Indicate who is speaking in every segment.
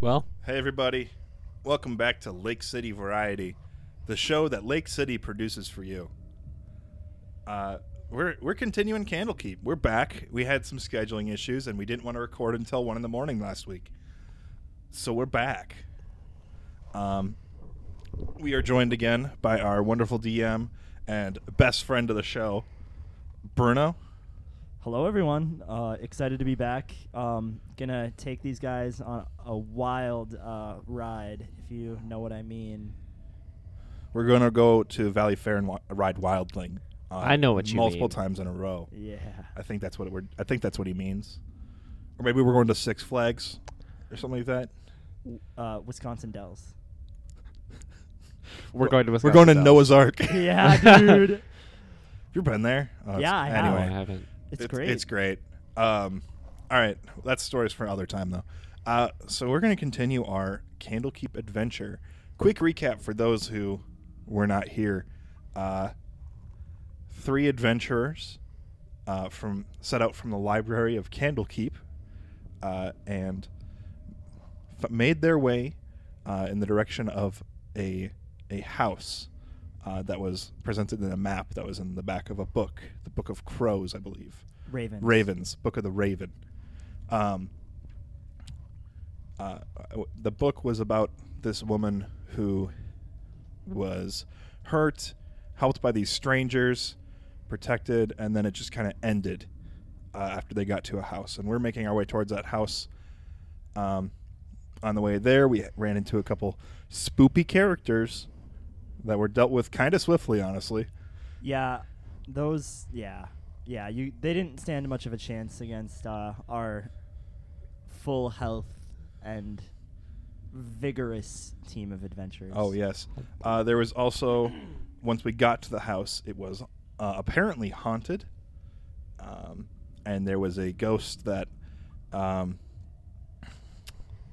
Speaker 1: Well,
Speaker 2: Hey, everybody. Welcome back to Lake City Variety, the show that Lake City produces for you. Uh, we're, we're continuing Candlekeep. We're back. We had some scheduling issues and we didn't want to record until 1 in the morning last week. So we're back. Um, we are joined again by our wonderful DM and best friend of the show, Bruno.
Speaker 3: Hello, everyone. Uh, excited to be back. Um, gonna take these guys on a wild uh, ride, if you know what I mean.
Speaker 2: We're going to go to Valley Fair and wi- ride Wildling. uh,
Speaker 1: I know what you
Speaker 2: Multiple
Speaker 1: mean.
Speaker 2: times in a row.
Speaker 3: Yeah.
Speaker 2: I think that's what we're. I think that's what he means. Or maybe we're going to Six Flags or something like that.
Speaker 3: Uh, Wisconsin Dells.
Speaker 1: we're going to
Speaker 2: We're going
Speaker 1: Wisconsin
Speaker 2: to Noah's Ark.
Speaker 3: Yeah, dude.
Speaker 2: You've been there. Oh, it's-
Speaker 3: Yeah, I have.
Speaker 1: Dells. No,
Speaker 2: Anyway,
Speaker 1: I haven't.
Speaker 3: It's, great.
Speaker 2: It's great. Um, all right, that's stories for another time though. Uh, so we're going to continue our Candlekeep adventure. Quick recap for those who were not here: uh, three adventurers uh, from set out from the library of Candlekeep uh, and f- made their way uh, in the direction of a a house uh, that was presented in a map that was in the back of a book, the Book of Crows, I believe.
Speaker 3: Ravens.
Speaker 2: Ravens, Book of the Raven. Um, uh, the book was about this woman who was hurt, helped by these strangers, protected, and then it just kind of ended uh, after they got to a house. And we're making our way towards that house. Um, on the way there, we ran into a couple spoopy characters that were dealt with kind of swiftly, honestly.
Speaker 3: Yeah, those. Yeah, yeah. You. They didn't stand much of a chance against uh, our full health and vigorous team of adventurers.
Speaker 2: Oh yes. Uh, there was also once we got to the house, it was uh, apparently haunted, um, and there was a ghost that um,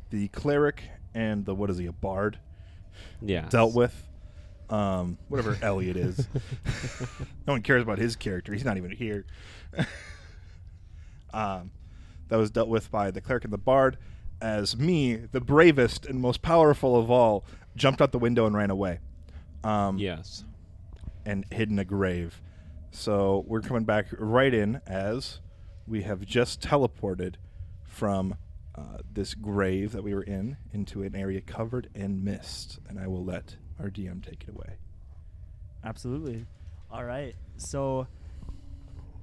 Speaker 2: the cleric and the what is he a bard
Speaker 1: Yeah.
Speaker 2: dealt with. Um, whatever Elliot is, no one cares about his character. He's not even here. um, that was dealt with by the cleric and the bard, as me, the bravest and most powerful of all, jumped out the window and ran away. Um,
Speaker 1: Yes.
Speaker 2: and hidden a grave. So we're coming back right in as we have just teleported from uh, this grave that we were in into an area covered in mist. And I will let our DM take it away.
Speaker 3: Absolutely. All right. So,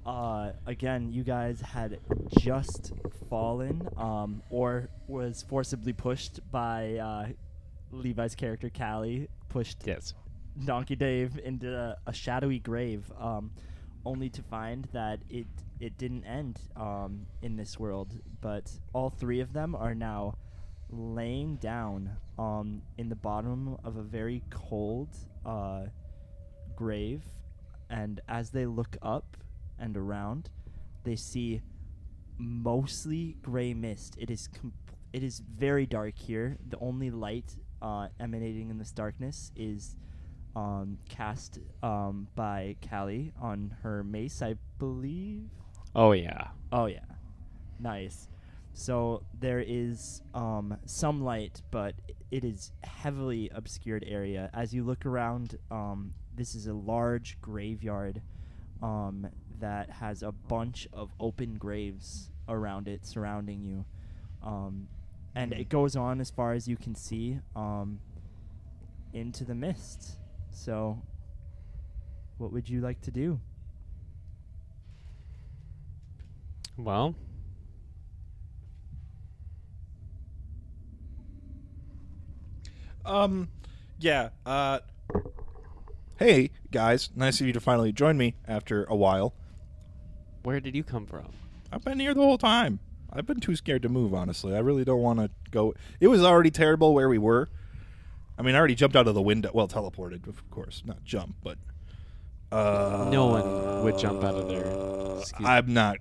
Speaker 3: uh, again, you guys had just fallen, um, or was forcibly pushed by uh, Levi's character Callie, pushed
Speaker 1: Yes.
Speaker 3: Donkey Dave into a, a shadowy grave, um, only to find that it it didn't end um, in this world. But all three of them are now laying down um, in the bottom of a very cold uh, grave, and as they look up and around, they see mostly gray mist. It is com- it is very dark here. The only light uh, emanating in this darkness is um, cast um, by Callie on her mace, I believe.
Speaker 1: Oh yeah.
Speaker 3: Oh yeah, nice. So there is um, some light, but it is heavily obscured area. As you look around, um, this is a large graveyard um, that has a bunch of open graves around it, surrounding you, um, and it goes on as far as you can see um, into the mist. So, what would you like to do?
Speaker 1: Well.
Speaker 2: Um, yeah. Uh, hey, guys. Nice of you to finally join me after a while.
Speaker 1: Where did you come from?
Speaker 2: I've been here the whole time. I've been too scared to move, honestly. I really don't want to go. It was already terrible where we were. I mean, I already jumped out of the window. Well, teleported, of course. Not jump, but. Uh,
Speaker 1: No one would jump out of there. Excuse
Speaker 2: I'm not.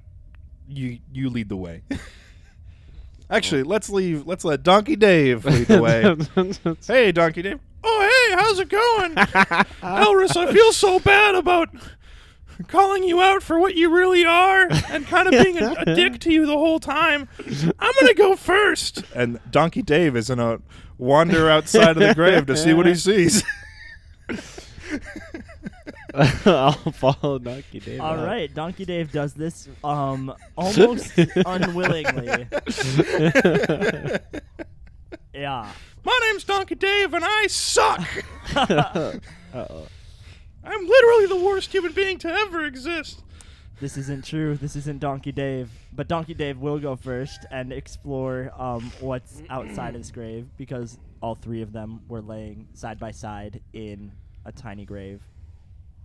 Speaker 2: You you lead the way. Actually, let's leave. Let's let Donkey Dave lead the way. hey, Donkey Dave. Oh, hey, how's it going? Elris, I feel so bad about calling you out for what you really are and kind of being a, a dick to you the whole time. I'm gonna go first. And Donkey Dave is gonna wander outside of the grave to see what he sees.
Speaker 1: I'll follow Donkey Dave.
Speaker 3: All
Speaker 1: out.
Speaker 3: right, Donkey Dave does this um almost unwillingly. Yeah.
Speaker 2: My name's Donkey Dave, and I suck.
Speaker 1: Uh-oh.
Speaker 2: I'm literally the worst human being to ever exist.
Speaker 3: This isn't true. This isn't Donkey Dave. But Donkey Dave will go first and explore um, what's outside of this grave because all three of them were laying side by side in a tiny grave.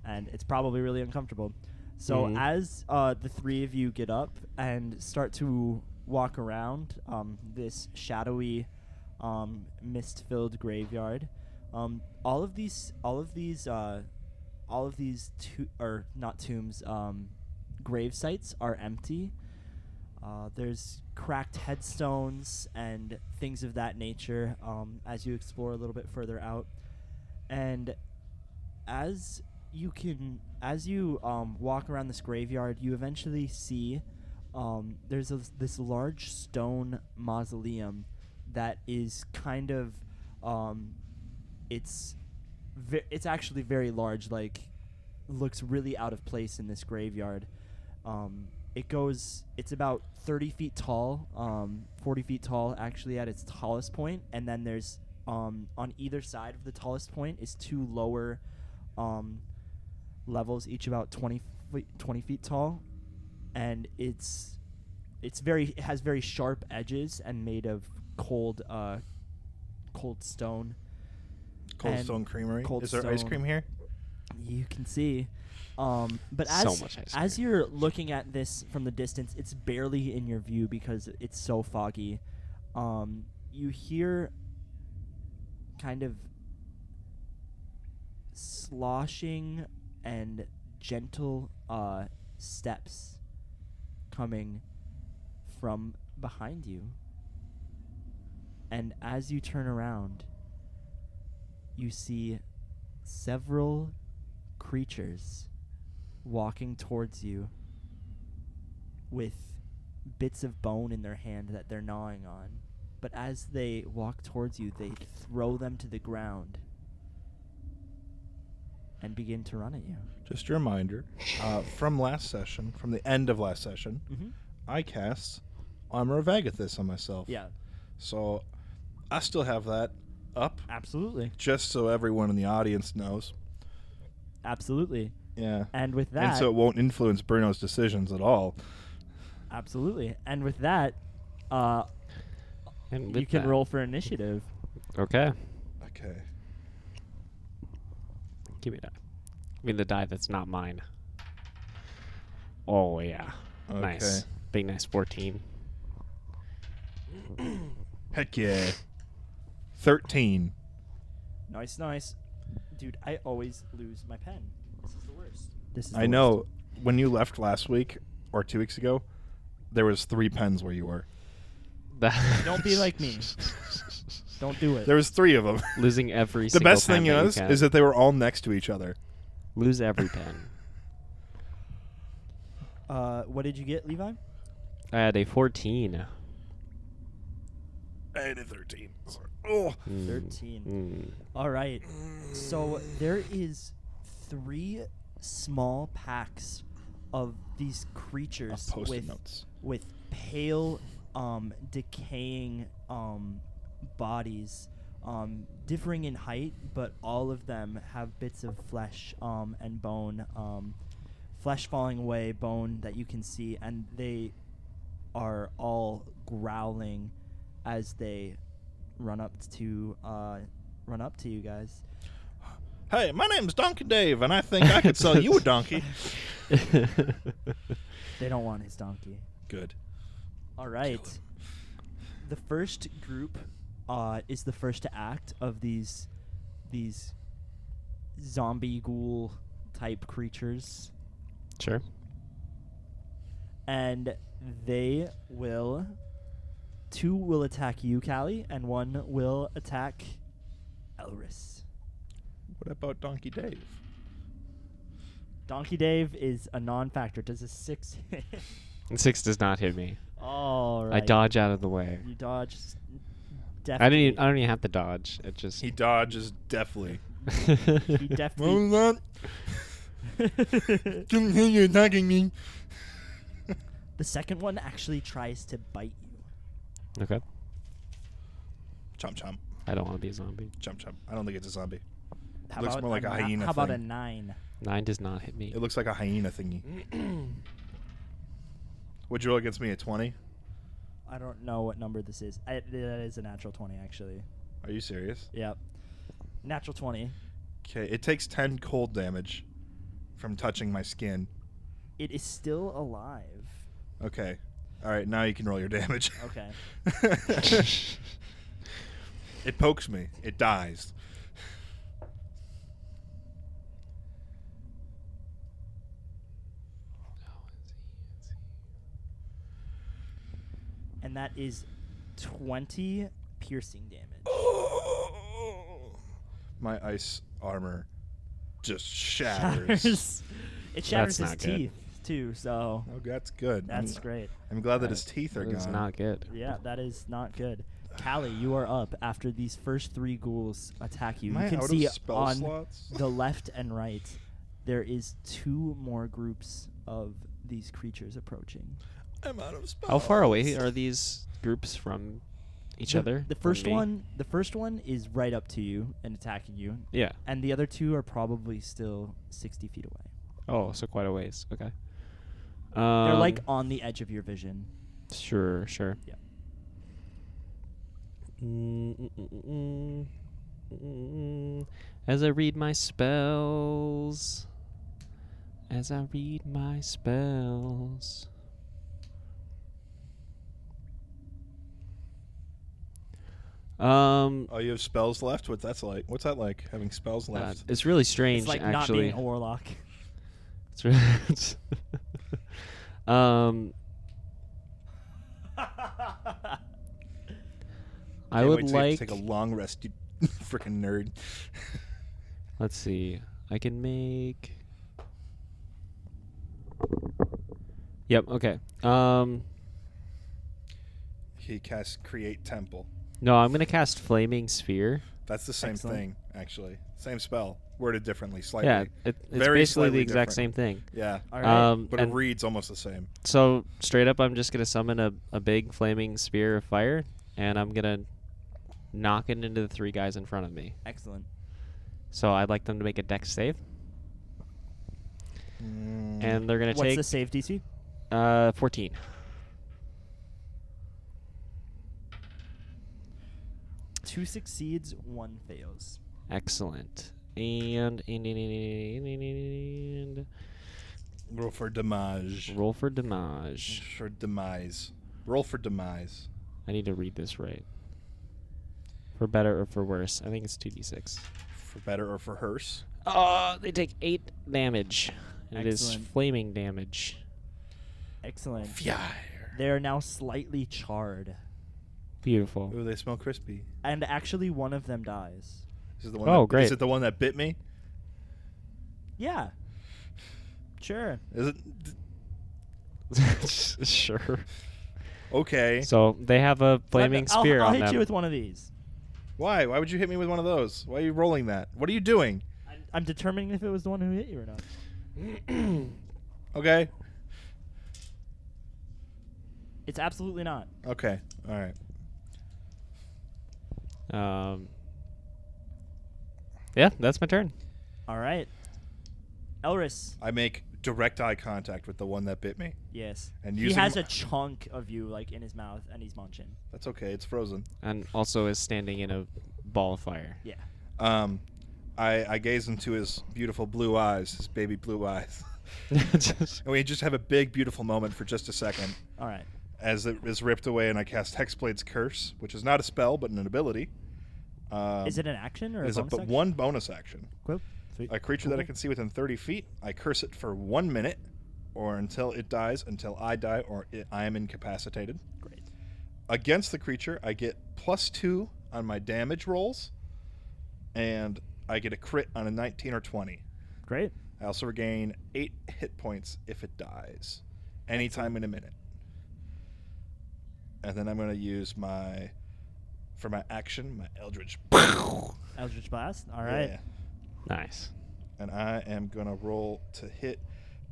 Speaker 3: And it's probably really uncomfortable. So,
Speaker 1: Mhm.
Speaker 3: as uh, the three of you get up and start to walk around um, this shadowy, um, mist-filled graveyard, um, all of these, all of these, uh, all of these, to- or not tombs, um, grave sites are empty. Uh, there's cracked headstones and things of that nature um, as you explore a little bit further out. And as you can, as you um, walk around this graveyard, you eventually see um, there's a, this large stone mausoleum that is kind of, um, it's, ve- it's actually very large. Like, looks really out of place in this graveyard. Um, it goes, it's about 30 feet tall, um, 40 feet tall actually at its tallest point, and then there's um, on either side of the tallest point is two lower um, levels, each about 20 feet, 20 feet tall, and it's it's very it has very sharp edges and made of cold uh, cold stone.
Speaker 2: Cold
Speaker 3: And
Speaker 2: Stone Creamery.
Speaker 3: Cold
Speaker 2: is there ice
Speaker 3: Stone.
Speaker 2: cream here?
Speaker 3: You can see. Um, but as
Speaker 1: So much ice
Speaker 3: as
Speaker 1: cream.
Speaker 3: you're looking at this from the distance, it's barely in your view because it's so foggy. Um, you hear kind of sloshing and gentle uh, steps coming from behind you. And as you turn around, you see several creatures walking towards you with bits of bone in their hand that they're gnawing on. But as they walk towards you, they throw them to the ground and begin to run at you.
Speaker 2: Just a reminder uh, from last session, from the end of last session,
Speaker 3: Mm-hmm.
Speaker 2: I cast Armor of Agathis on myself.
Speaker 3: Yeah,
Speaker 2: So I still have that up
Speaker 3: absolutely.
Speaker 2: just so everyone in the audience knows.
Speaker 3: Absolutely.
Speaker 2: Yeah.
Speaker 3: And with that,
Speaker 2: And so it won't influence Bruno's decisions at all.
Speaker 3: absolutely. And with that, uh,
Speaker 1: And
Speaker 3: you
Speaker 1: with
Speaker 3: can
Speaker 1: that-
Speaker 3: roll for initiative.
Speaker 1: Okay.
Speaker 2: Okay.
Speaker 1: Give me that. Give me the die that's not mine. Oh yeah. Nice.
Speaker 2: Okay.
Speaker 1: Big nice fourteen.
Speaker 2: Heck yeah. 13.
Speaker 3: Nice, nice. Dude, I always lose my pen. This is the worst. This is
Speaker 2: I know when you left last week or two weeks ago, there was three pens where you were.
Speaker 3: Don't be like me. Don't do it.
Speaker 2: There was three of them.
Speaker 1: Losing every.
Speaker 2: the
Speaker 1: single
Speaker 2: best
Speaker 1: pen
Speaker 2: thing
Speaker 1: that you
Speaker 2: is,
Speaker 1: can.
Speaker 2: is that they were all next to each other.
Speaker 1: lose every pen.
Speaker 3: Uh, what did you get, Levi?
Speaker 1: I had a fourteen.
Speaker 2: I had a 13. So- Oh.
Speaker 1: Mm,
Speaker 3: 13.
Speaker 1: mm.
Speaker 3: All right. So there is three small packs of these creatures
Speaker 2: Post-it
Speaker 3: with
Speaker 2: notes.
Speaker 3: with pale, um, decaying um, bodies, um, differing in height, but all of them have bits of flesh um, and bone, um, flesh falling away, bone that you can see, and they are all growling as they run up to uh, run up to you guys.
Speaker 2: Hey, my name's Donkey Dave, and I think I could sell you a donkey.
Speaker 3: They don't want his donkey.
Speaker 2: Good.
Speaker 3: All right. The first group uh, is the first to act of these these zombie ghoul type creatures,
Speaker 1: Sure.
Speaker 3: and they will two will attack you, Callie, and one will attack Elris.
Speaker 2: What about Donkey Dave?
Speaker 3: Donkey Dave is a non-factor. Does a six hit?
Speaker 1: And six does not hit me.
Speaker 3: All right.
Speaker 1: I dodge out of the way.
Speaker 3: You dodge. s-
Speaker 1: I don't
Speaker 3: Definitely.
Speaker 1: even. I don't even have to dodge. It just.
Speaker 2: He dodges deftly.
Speaker 3: He
Speaker 2: What was
Speaker 3: definitely.
Speaker 2: that? Come here, you're attacking me.
Speaker 3: the second one actually tries to bite you.
Speaker 1: okay.
Speaker 2: Chomp chomp.
Speaker 1: I don't want to be a zombie.
Speaker 2: Chomp chomp. I don't think it's a zombie.
Speaker 3: How
Speaker 2: Looks
Speaker 3: about
Speaker 2: more like a
Speaker 3: ni-
Speaker 2: hyena
Speaker 3: How about a
Speaker 2: thing.
Speaker 3: nine?
Speaker 1: Nine does not hit me.
Speaker 2: It looks like a hyena thingy. Would you roll against me at 20?
Speaker 3: I don't know what number this is. I, that is a natural twenty, actually.
Speaker 2: Are you serious?
Speaker 3: Yep. Natural twenty.
Speaker 2: Okay, it takes 10 cold damage from touching my skin.
Speaker 3: It is still alive.
Speaker 2: Okay. All right, now you can roll your damage.
Speaker 3: Okay.
Speaker 2: it pokes me. It dies.
Speaker 3: And that is twenty piercing damage.
Speaker 2: My ice armor just shatters.
Speaker 3: Shatters- it shatters
Speaker 1: That's
Speaker 3: his
Speaker 1: not good.
Speaker 3: teeth too. So
Speaker 2: Oh, that's good.
Speaker 3: that's
Speaker 2: I'm,
Speaker 3: great.
Speaker 2: I'm glad that his teeth are
Speaker 1: That is
Speaker 2: gone.
Speaker 1: not good.
Speaker 3: Yeah, that is not good. Callie, you are up after these first three ghouls attack you.
Speaker 2: Am I
Speaker 3: you can
Speaker 2: out of
Speaker 3: see
Speaker 2: spell
Speaker 3: on
Speaker 2: slots?
Speaker 3: the left and right there is two more groups of these creatures approaching.
Speaker 2: I'm out of spells.
Speaker 1: How far away are these groups from each
Speaker 3: The-
Speaker 1: other?
Speaker 3: The
Speaker 1: From
Speaker 3: first
Speaker 1: me?
Speaker 3: one, the first one is right up to you and attacking you,
Speaker 1: Yeah.
Speaker 3: and the other two are probably still 60 feet away.
Speaker 1: Oh, so quite a ways. Okay.
Speaker 3: They're like
Speaker 1: Um,
Speaker 3: on the edge of your vision.
Speaker 1: Sure, sure. Mm,
Speaker 3: Yeah.
Speaker 1: As I read my spells. As I read my spells. Um,
Speaker 2: Oh, you have spells left? What that's like? What's that like? Having spells
Speaker 1: uh,
Speaker 2: left?
Speaker 1: it's really strange,
Speaker 3: It's like not
Speaker 1: actually.
Speaker 3: being a warlock.
Speaker 1: It's really- it's- um, I
Speaker 2: Can't
Speaker 1: would
Speaker 2: wait to
Speaker 1: like.
Speaker 2: take a long rest, you freaking nerd.
Speaker 1: Let's see. I can make. Yep. Okay. Um.
Speaker 2: He casts create temple.
Speaker 1: No, I'm gonna cast flaming sphere.
Speaker 2: That's the same
Speaker 3: Excellent.
Speaker 2: thing, actually. Same spell, worded differently slightly.
Speaker 1: Yeah, it, it's
Speaker 2: Very
Speaker 1: basically the
Speaker 2: slightly
Speaker 1: exact
Speaker 2: different.
Speaker 1: same thing.
Speaker 2: Yeah.
Speaker 3: All right.
Speaker 1: Um,
Speaker 2: But it
Speaker 1: and
Speaker 2: reads almost the same.
Speaker 1: so straight up, I'm just gonna summon a, a big flaming sphere of fire, and I'm gonna knock it into the three guys in front of me.
Speaker 3: Excellent.
Speaker 1: So I'd like them to make a dex save, and they're gonna
Speaker 3: What's
Speaker 1: take
Speaker 3: the save DC?
Speaker 1: uh 14.
Speaker 3: Two succeeds, one fails.
Speaker 1: Excellent. And and, and, and, and, and-
Speaker 2: roll for damage.
Speaker 1: and- roll for damage.
Speaker 2: for demise. Roll for demise.
Speaker 1: I need to read this right. For better or for worse, I think it's 2d6.
Speaker 2: For better or for hearse.
Speaker 1: Oh, they take 8 damage. And It is
Speaker 3: Excellent.
Speaker 1: flaming damage.
Speaker 3: Excellent.
Speaker 2: Fire.
Speaker 3: They are now slightly charred,
Speaker 1: Beautiful.
Speaker 2: Ooh, they smell crispy.
Speaker 3: and actually one of them dies.
Speaker 2: Is it the one
Speaker 1: Oh,
Speaker 2: that,
Speaker 1: great.
Speaker 2: Is it the one that bit me?
Speaker 3: Yeah. Sure.
Speaker 2: Is it?
Speaker 1: sure.
Speaker 2: Okay.
Speaker 1: So they have a flaming
Speaker 3: I'll-
Speaker 1: spear
Speaker 3: I'll,
Speaker 1: on
Speaker 3: I'll hit
Speaker 1: them.
Speaker 3: you with one of these.
Speaker 2: Why? Why would you hit me with one of those? Why are you rolling that? What are you doing?
Speaker 3: I'm, I'm determining if it was the one who hit you or not.
Speaker 2: Okay.
Speaker 3: It's absolutely not.
Speaker 2: Okay. All right.
Speaker 1: um, yeah, that's my turn.
Speaker 3: All right. Elris.
Speaker 2: I make direct eye contact with the one that bit me.
Speaker 3: Yes.
Speaker 2: And
Speaker 3: he
Speaker 2: using
Speaker 3: has
Speaker 2: my-
Speaker 3: a chunk of you like in his mouth, and he's munching.
Speaker 2: That's okay. It's frozen.
Speaker 1: And also is standing in a ball of fire.
Speaker 3: Yeah.
Speaker 2: Um, I, I gaze into his beautiful blue eyes, his baby blue eyes. and we just have a big, beautiful moment for just a second
Speaker 3: All right.
Speaker 2: as it is ripped away, and I cast Hexblade's Curse, which is not a spell, but an ability. Um,
Speaker 3: is it an action or
Speaker 2: it
Speaker 3: a
Speaker 2: is
Speaker 3: bonus
Speaker 2: but
Speaker 3: action?
Speaker 2: one bonus action.
Speaker 3: Cool. Sweet.
Speaker 2: A creature that I can see within 30 feet, I curse it for one minute or until it dies, until I die, or it, I am incapacitated.
Speaker 3: Great.
Speaker 2: Against the creature, I get plus two on my damage rolls, and I get a crit on a 19 or 20.
Speaker 3: Great.
Speaker 2: I also regain eight hit points if it dies, anytime in a minute. And then I'm going to use my, for my action, my Eldritch.
Speaker 3: Eldritch Blast. All right.
Speaker 2: Yeah.
Speaker 1: Nice.
Speaker 2: And I am going to roll to hit.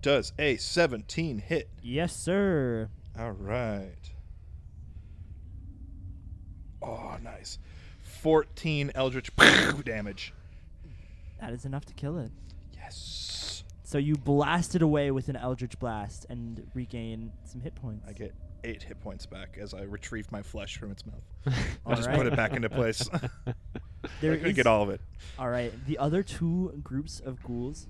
Speaker 2: Does a 17 hit?
Speaker 3: Yes, sir.
Speaker 2: All right. Oh, nice. 14 Eldritch damage.
Speaker 3: That is enough to kill it.
Speaker 2: Yes.
Speaker 3: So you blast it away with an Eldritch Blast and regain some hit points.
Speaker 2: I get eight hit points back as I retrieve my flesh from its mouth.
Speaker 3: All
Speaker 2: I'll just
Speaker 3: right.
Speaker 2: put it back into place.
Speaker 3: There
Speaker 2: I could
Speaker 3: is-
Speaker 2: get all of it.
Speaker 3: All right. The other two groups of ghouls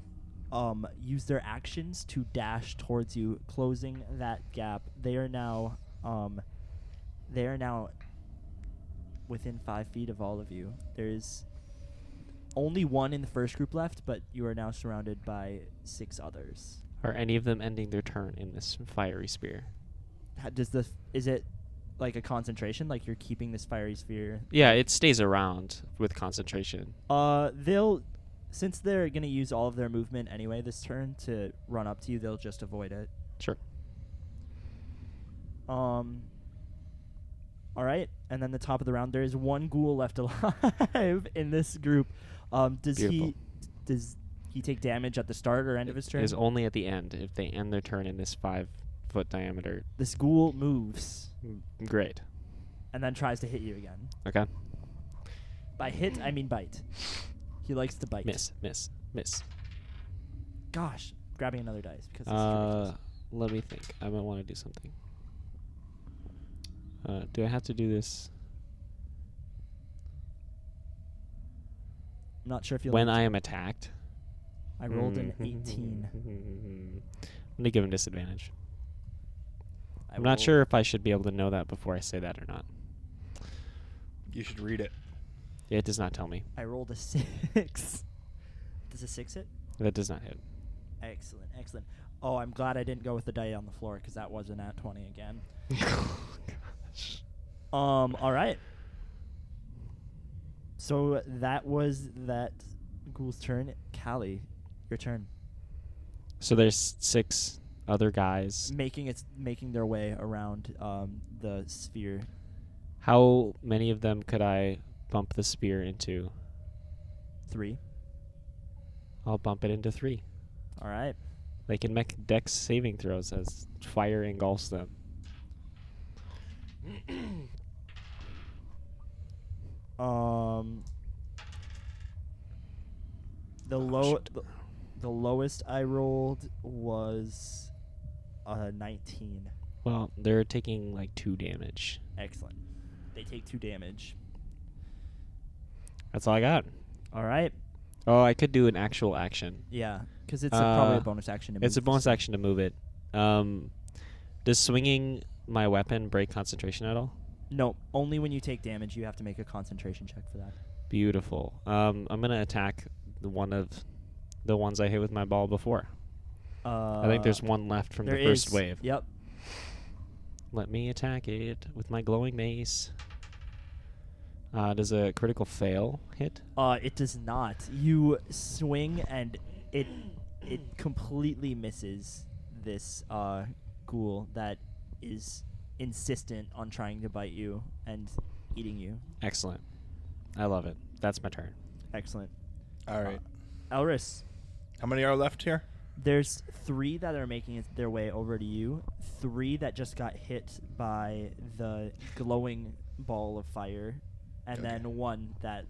Speaker 3: um, use their actions to dash towards you, closing that gap. They are now, um, they are now within five feet of all of you. There is only one in the first group left, but you are now surrounded by six others.
Speaker 1: Are any of them ending their turn in this fiery spear?
Speaker 3: How, does the is it like a concentration? Like you're keeping this fiery sphere
Speaker 1: Yeah, it stays around with concentration.
Speaker 3: Uh, they'll since they're gonna use all of their movement anyway this turn to run up to you, they'll just avoid it.
Speaker 1: Sure.
Speaker 3: Um. All right, and then the top of the round, there is one ghoul left alive in this group. Um, does he
Speaker 1: Beautiful.
Speaker 3: does he take damage at the start or end of his turn?
Speaker 1: Is only at the end if they end their turn in this five foot diameter.
Speaker 3: this ghoul moves
Speaker 1: Mm, Great.
Speaker 3: and then tries to hit you again.
Speaker 1: Okay.
Speaker 3: By hit, I mean bite. He likes to bite.
Speaker 1: Miss. Miss. Miss.
Speaker 3: Gosh, grabbing another dice because. It's
Speaker 1: Uh, let me think. I might want to do something. Uh, do I have to do this
Speaker 3: I'm not sure if you'll.
Speaker 1: when
Speaker 3: need to.
Speaker 1: I am attacked?
Speaker 3: I rolled an
Speaker 1: Mm.
Speaker 3: 18.
Speaker 1: I'm gonna Mm-hmm. give him disadvantage.
Speaker 3: I
Speaker 1: I'm not
Speaker 3: will-
Speaker 1: sure if I should be able to know that before I say that or not.
Speaker 2: You should read it.
Speaker 1: It does not tell me.
Speaker 3: I rolled a six. Does a six hit?
Speaker 1: That does not hit.
Speaker 3: Excellent, excellent. Oh, I'm glad I didn't go with the die on the floor because that was an at twenty again.
Speaker 1: Gosh.
Speaker 3: Um, all right. So that was that ghoul's turn. Callie, your turn.
Speaker 1: So there's six other guys.
Speaker 3: Making its making their way around um, the sphere.
Speaker 1: How many of them could I bump the spear into?
Speaker 3: Three.
Speaker 1: I'll bump it into three.
Speaker 3: All right.
Speaker 1: They can make dex saving throws as fire engulfs them.
Speaker 3: Um,
Speaker 1: Oh,
Speaker 3: the low,
Speaker 1: shoot.
Speaker 3: the, the lowest I rolled was a nineteen.
Speaker 1: Well, they're taking like two damage.
Speaker 3: Excellent. They take two damage.
Speaker 1: That's all I got.
Speaker 3: All right.
Speaker 1: Oh, I could do an actual action.
Speaker 3: Yeah, because it's a, probably a
Speaker 1: Uh,
Speaker 3: bonus action. To
Speaker 1: It's a
Speaker 3: move.
Speaker 1: bonus action to move it. Um, does swinging my weapon break concentration at all?
Speaker 3: No, only when you take damage, you have to make a concentration check for that.
Speaker 1: Beautiful. Um, I'm gonna attack the one of the ones I hit with my ball before.
Speaker 3: Uh,
Speaker 1: I think there's one left from the
Speaker 3: there
Speaker 1: first
Speaker 3: is.
Speaker 1: wave.
Speaker 3: Yep.
Speaker 1: Let me attack it with my glowing mace. Uh, does a critical fail hit?
Speaker 3: Uh, it does not. You swing and it it completely misses this uh, ghoul that is insistent on trying to bite you and eating you.
Speaker 1: Excellent. I love it. That's my turn.
Speaker 3: Excellent.
Speaker 2: All right.
Speaker 3: Elris,
Speaker 2: How many are left here?
Speaker 3: there's three that are making it their way over to you. Three that just got hit by the glowing ball of fire, and
Speaker 2: Okay.
Speaker 3: then one that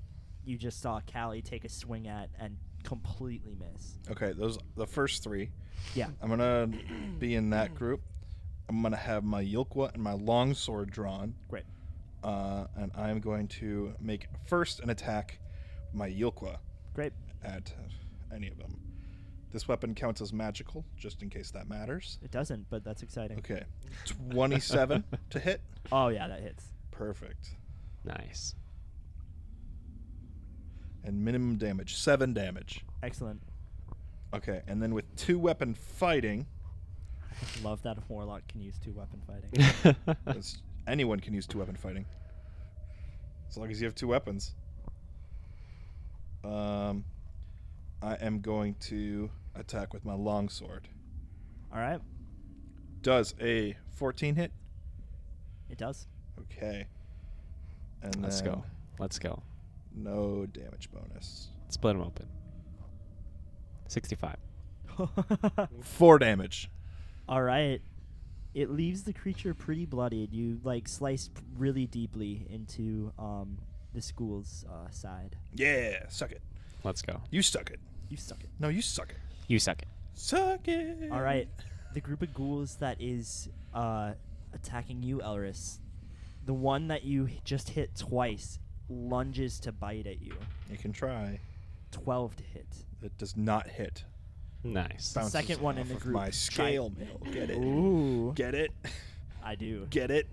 Speaker 3: you just saw Callie take a swing at and completely miss.
Speaker 2: Okay, those the first three.
Speaker 3: Yeah.
Speaker 2: I'm gonna be in that group. I'm gonna have my Yulkwa and my longsword drawn,
Speaker 3: Great.
Speaker 2: uh, and I'm going to make first an attack with my Yulkwa
Speaker 3: Great.
Speaker 2: at any of them. This weapon counts as magical, just in case that matters.
Speaker 3: It doesn't, but that's exciting.
Speaker 2: Okay, 27 to hit.
Speaker 3: Oh yeah, that hits.
Speaker 2: Perfect.
Speaker 1: Nice.
Speaker 2: And minimum damage, seven damage.
Speaker 3: Excellent.
Speaker 2: Okay, and then with two weapon fighting,
Speaker 3: I love that a warlock can use two weapon fighting.
Speaker 1: That's
Speaker 2: that's- anyone can use two weapon fighting, as long as you have two weapons. Um, I am going to attack with my longsword.
Speaker 3: All right.
Speaker 2: Does a 14 hit?
Speaker 3: It does.
Speaker 2: Okay. And
Speaker 1: Let's
Speaker 2: then
Speaker 1: go. Let's go.
Speaker 2: No damage bonus.
Speaker 1: Split them open. 65.
Speaker 2: Four damage.
Speaker 3: All right. It leaves the creature pretty bloodied. You like slice p- really deeply into um, the school's uh, side.
Speaker 2: Yeah, suck it.
Speaker 1: Let's go.
Speaker 2: You suck it.
Speaker 3: You suck it.
Speaker 2: No, you suck it.
Speaker 1: You suck it.
Speaker 2: Suck it.
Speaker 3: All right. The group of ghouls that is uh, attacking you, Elris, the one that you h- just hit twice lunges to bite at you.
Speaker 2: You can try.
Speaker 3: 12 to hit.
Speaker 2: It does not hit.
Speaker 1: Nice.
Speaker 3: Bounce. second one in
Speaker 2: off
Speaker 3: the
Speaker 2: of
Speaker 3: group.
Speaker 2: My
Speaker 3: Try-
Speaker 2: scale mill. Get it.
Speaker 3: Ooh.
Speaker 2: Get it.
Speaker 3: I do.
Speaker 2: Get it.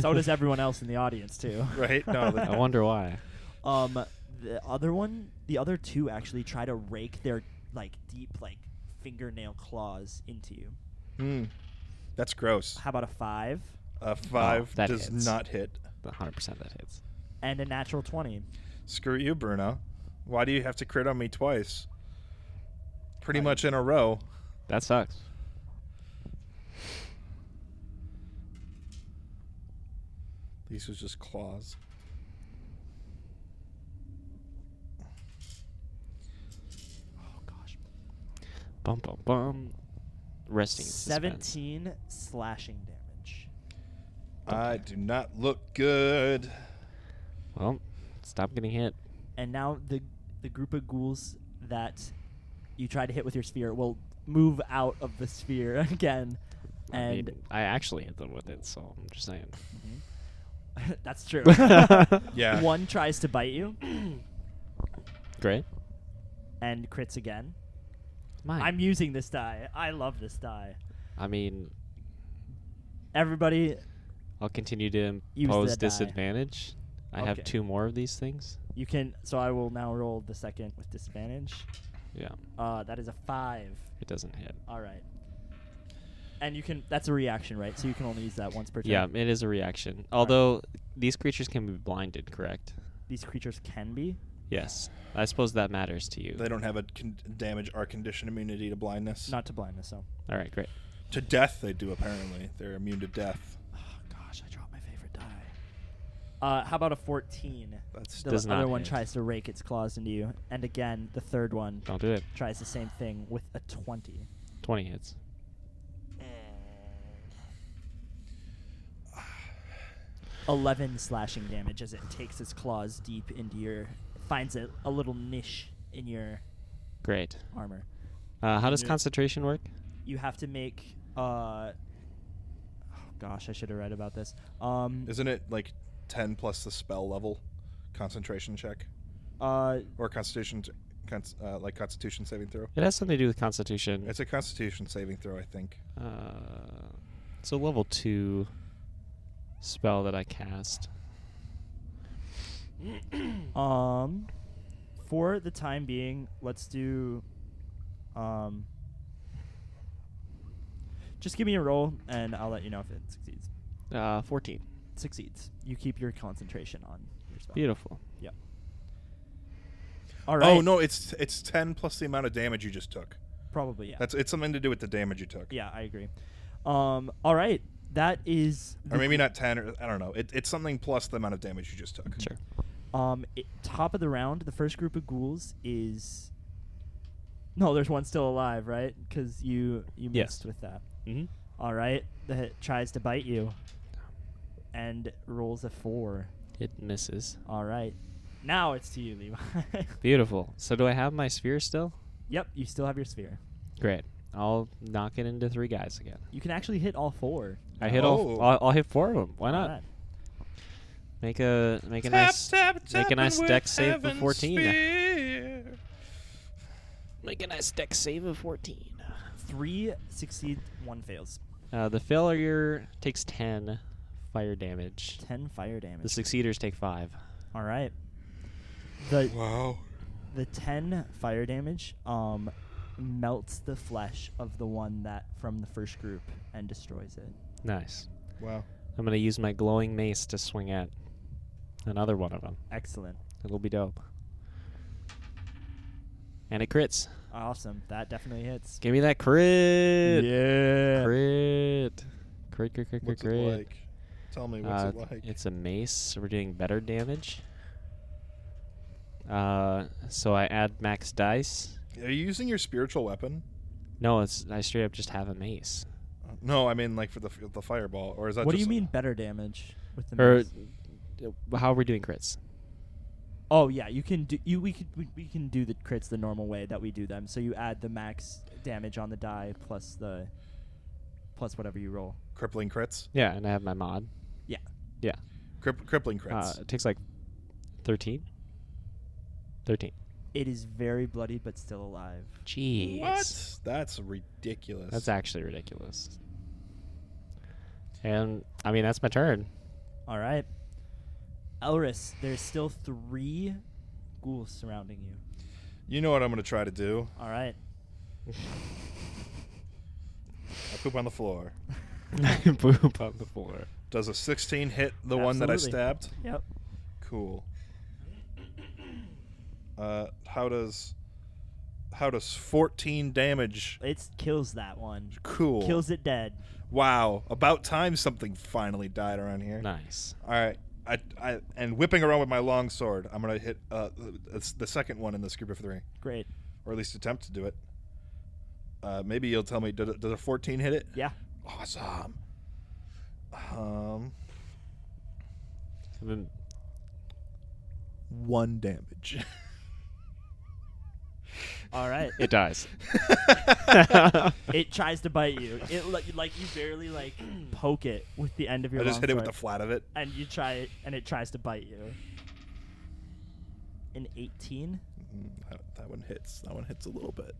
Speaker 3: so does everyone else in the audience, too.
Speaker 2: Right? No, they-
Speaker 1: I wonder why.
Speaker 3: Um, the other one, the other two actually try to rake their like deep like fingernail claws into you.
Speaker 2: Hmm. That's gross.
Speaker 3: How about a five
Speaker 2: A five
Speaker 1: that
Speaker 2: does
Speaker 1: hits.
Speaker 2: not hit.
Speaker 1: The 100% that hits.
Speaker 3: and a natural twenty?
Speaker 2: Screw you, Bruno. Why do you have to crit on me twice? Pretty
Speaker 3: I-
Speaker 2: much in a row.
Speaker 1: That sucks.
Speaker 2: These was just claws.
Speaker 3: Oh gosh,
Speaker 1: Bum, bum, bum. Resting. in suspense.
Speaker 3: seventeen slashing damage.
Speaker 2: I do not look good.
Speaker 1: Well, stop getting hit.
Speaker 3: And now the the group of ghouls that you try to hit with your sphere will move out of the sphere again, and
Speaker 1: I, mean, I actually hit them with it, so I'm just saying.
Speaker 3: that's true.
Speaker 2: Yeah.
Speaker 3: One tries to bite you
Speaker 1: Great.
Speaker 3: and crits again.
Speaker 1: Mine.
Speaker 3: I'm using this die. I love this die.
Speaker 1: I mean,
Speaker 3: Everybody,
Speaker 1: I'll continue to
Speaker 3: Use
Speaker 1: impose
Speaker 3: the die.
Speaker 1: disadvantage. I have
Speaker 3: Okay.
Speaker 1: two more of these things.
Speaker 3: you can. So I will now roll the second with disadvantage.
Speaker 1: Yeah,
Speaker 3: Uh, that is a five.
Speaker 1: it doesn't hit.
Speaker 3: All right. And you can. That's a reaction, right? So you can only use that once per turn.
Speaker 1: Yeah, it is a reaction. Although these creatures can be blinded, correct?
Speaker 3: These creatures can be.
Speaker 1: Yes. I suppose that matters to you.
Speaker 2: They don't have a con- damage or condition immunity to blindness.
Speaker 3: Not to blindness, so.
Speaker 1: All right, great.
Speaker 2: to death, they do apparently. They're immune to death.
Speaker 3: Oh gosh, I dropped my favorite die. Uh, how about a fourteen?
Speaker 2: That's
Speaker 3: The
Speaker 1: Does
Speaker 3: other
Speaker 1: not
Speaker 3: one
Speaker 1: hit.
Speaker 3: tries to rake its claws into you, and again, the third one
Speaker 1: Don't do it.
Speaker 3: tries the same thing with a twenty.
Speaker 1: 20 hits.
Speaker 3: Eleven slashing damage as it takes its claws deep into your, finds a, a little niche in your
Speaker 1: Great.
Speaker 3: armor.
Speaker 1: Uh, how does
Speaker 3: Yeah.
Speaker 1: concentration work?
Speaker 3: You have to make. Uh, oh gosh, I should have read about this. Um,
Speaker 2: Isn't it like 10 plus the spell level concentration check?
Speaker 3: uh,
Speaker 2: Or constitution, t- cons- uh, like constitution saving throw?
Speaker 1: It has something to do with constitution.
Speaker 2: It's a constitution saving throw, I think.
Speaker 1: Uh, it's a level two spell that I cast.
Speaker 3: Um, for the time being, let's do. Um, just give me a roll, and I'll let you know if it succeeds.
Speaker 1: Uh, 14.
Speaker 3: Succeeds. You keep your concentration on your spell.
Speaker 1: Beautiful.
Speaker 3: Yep. All right.
Speaker 2: Oh no, it's it's 10 plus the amount of damage you just took.
Speaker 3: Probably yeah.
Speaker 2: That's it's something to do with the damage you took.
Speaker 3: yeah, I agree. Um, all right. That is.
Speaker 2: Or
Speaker 3: the-
Speaker 2: maybe not 10 or I don't know. It, it's something plus the amount of damage you just took.
Speaker 1: Sure.
Speaker 3: Um, i top of the round, the first group of ghouls is. No, there's one still alive, right? Because you you
Speaker 1: Yes.
Speaker 3: missed with that.
Speaker 1: Mm-hmm.
Speaker 3: All right, that tries to bite you, and rolls a four.
Speaker 1: It misses.
Speaker 3: All right, now it's to you, Levi.
Speaker 1: Beautiful. So do I have my sphere still?
Speaker 3: yep, you still have your sphere.
Speaker 1: Great. I'll knock it into three guys again.
Speaker 3: You can actually hit all four.
Speaker 1: I hit
Speaker 2: Oh.
Speaker 1: all. I'll, I'll hit four of them. Why not?
Speaker 3: Alright.
Speaker 1: Make a make a nice make a nice deck save of fourteen. Make a nice deck save of fourteen.
Speaker 3: Three succeed, one fails.
Speaker 1: Uh, the failure takes ten fire damage.
Speaker 3: Ten fire damage.
Speaker 1: The succeeders take five.
Speaker 3: all right. The
Speaker 2: Wow.
Speaker 3: the ten fire damage um melts the flesh of the one that from the first group and destroys it.
Speaker 1: Nice.
Speaker 2: Wow.
Speaker 1: I'm gonna use my glowing mace to swing at another one of them.
Speaker 3: Excellent.
Speaker 1: It'll be dope. and it crits.
Speaker 3: Awesome. That definitely hits.
Speaker 1: Give me that crit.
Speaker 3: Yeah.
Speaker 1: Crit. Crit, crit, crit,
Speaker 2: What's
Speaker 1: crit, crit.
Speaker 2: it like? Tell me what's
Speaker 1: Uh,
Speaker 2: it like.
Speaker 1: It's a mace, so we're doing better damage. Uh, so I add max dice.
Speaker 2: Are you using your spiritual weapon?
Speaker 1: No, it's I straight up just have a mace.
Speaker 2: No, I mean like for the the fireball, or is that?
Speaker 3: What do
Speaker 2: just
Speaker 3: you mean better damage with the
Speaker 1: Or
Speaker 3: mace?
Speaker 1: uh, how are we doing crits?
Speaker 3: Oh yeah, you can do you we could we, we can do the crits the normal way that we do them. So you add the max damage on the die plus the plus whatever you roll.
Speaker 2: crippling crits?
Speaker 1: Yeah, and I have my mod.
Speaker 3: Yeah.
Speaker 1: Yeah.
Speaker 2: Crip- crippling
Speaker 1: Uh,
Speaker 2: crits.
Speaker 1: it takes like 13. 13.
Speaker 3: It is very bloody but still alive.
Speaker 1: Jeez.
Speaker 2: what? That's ridiculous.
Speaker 1: That's actually ridiculous. And I mean, that's my turn.
Speaker 3: All right. Elris, there's still 3 ghouls surrounding you.
Speaker 2: you know what I'm gonna try to do?
Speaker 3: All right.
Speaker 2: I poop on the floor.
Speaker 1: Poop on the floor.
Speaker 2: Does a 16 hit the one that I
Speaker 3: Absolutely.
Speaker 2: stabbed?
Speaker 3: Yep.
Speaker 2: Cool. Uh, how does how does 14 damage?
Speaker 3: It kills that one.
Speaker 2: Cool.
Speaker 3: Kills it dead.
Speaker 2: Wow. About time something finally died around here.
Speaker 1: Nice.
Speaker 2: All right. I, I and whipping around with my long sword, I'm gonna hit uh, it's the second one in this group of three,
Speaker 3: Great.
Speaker 2: or at least attempt to do it. Uh, maybe you'll tell me. Did, it- did a 14 hit it?
Speaker 3: Yeah.
Speaker 2: Awesome. Um,
Speaker 1: I've been-
Speaker 2: one damage.
Speaker 3: All right.
Speaker 1: It dies.
Speaker 3: it tries to bite you. It li- like you barely like poke it with the end of your
Speaker 2: I just hit it with the
Speaker 3: longsword.
Speaker 2: flat of it.
Speaker 3: and you try it, and it tries to bite you. An 18.
Speaker 2: Mm, That, that one hits. That one hits a little bit.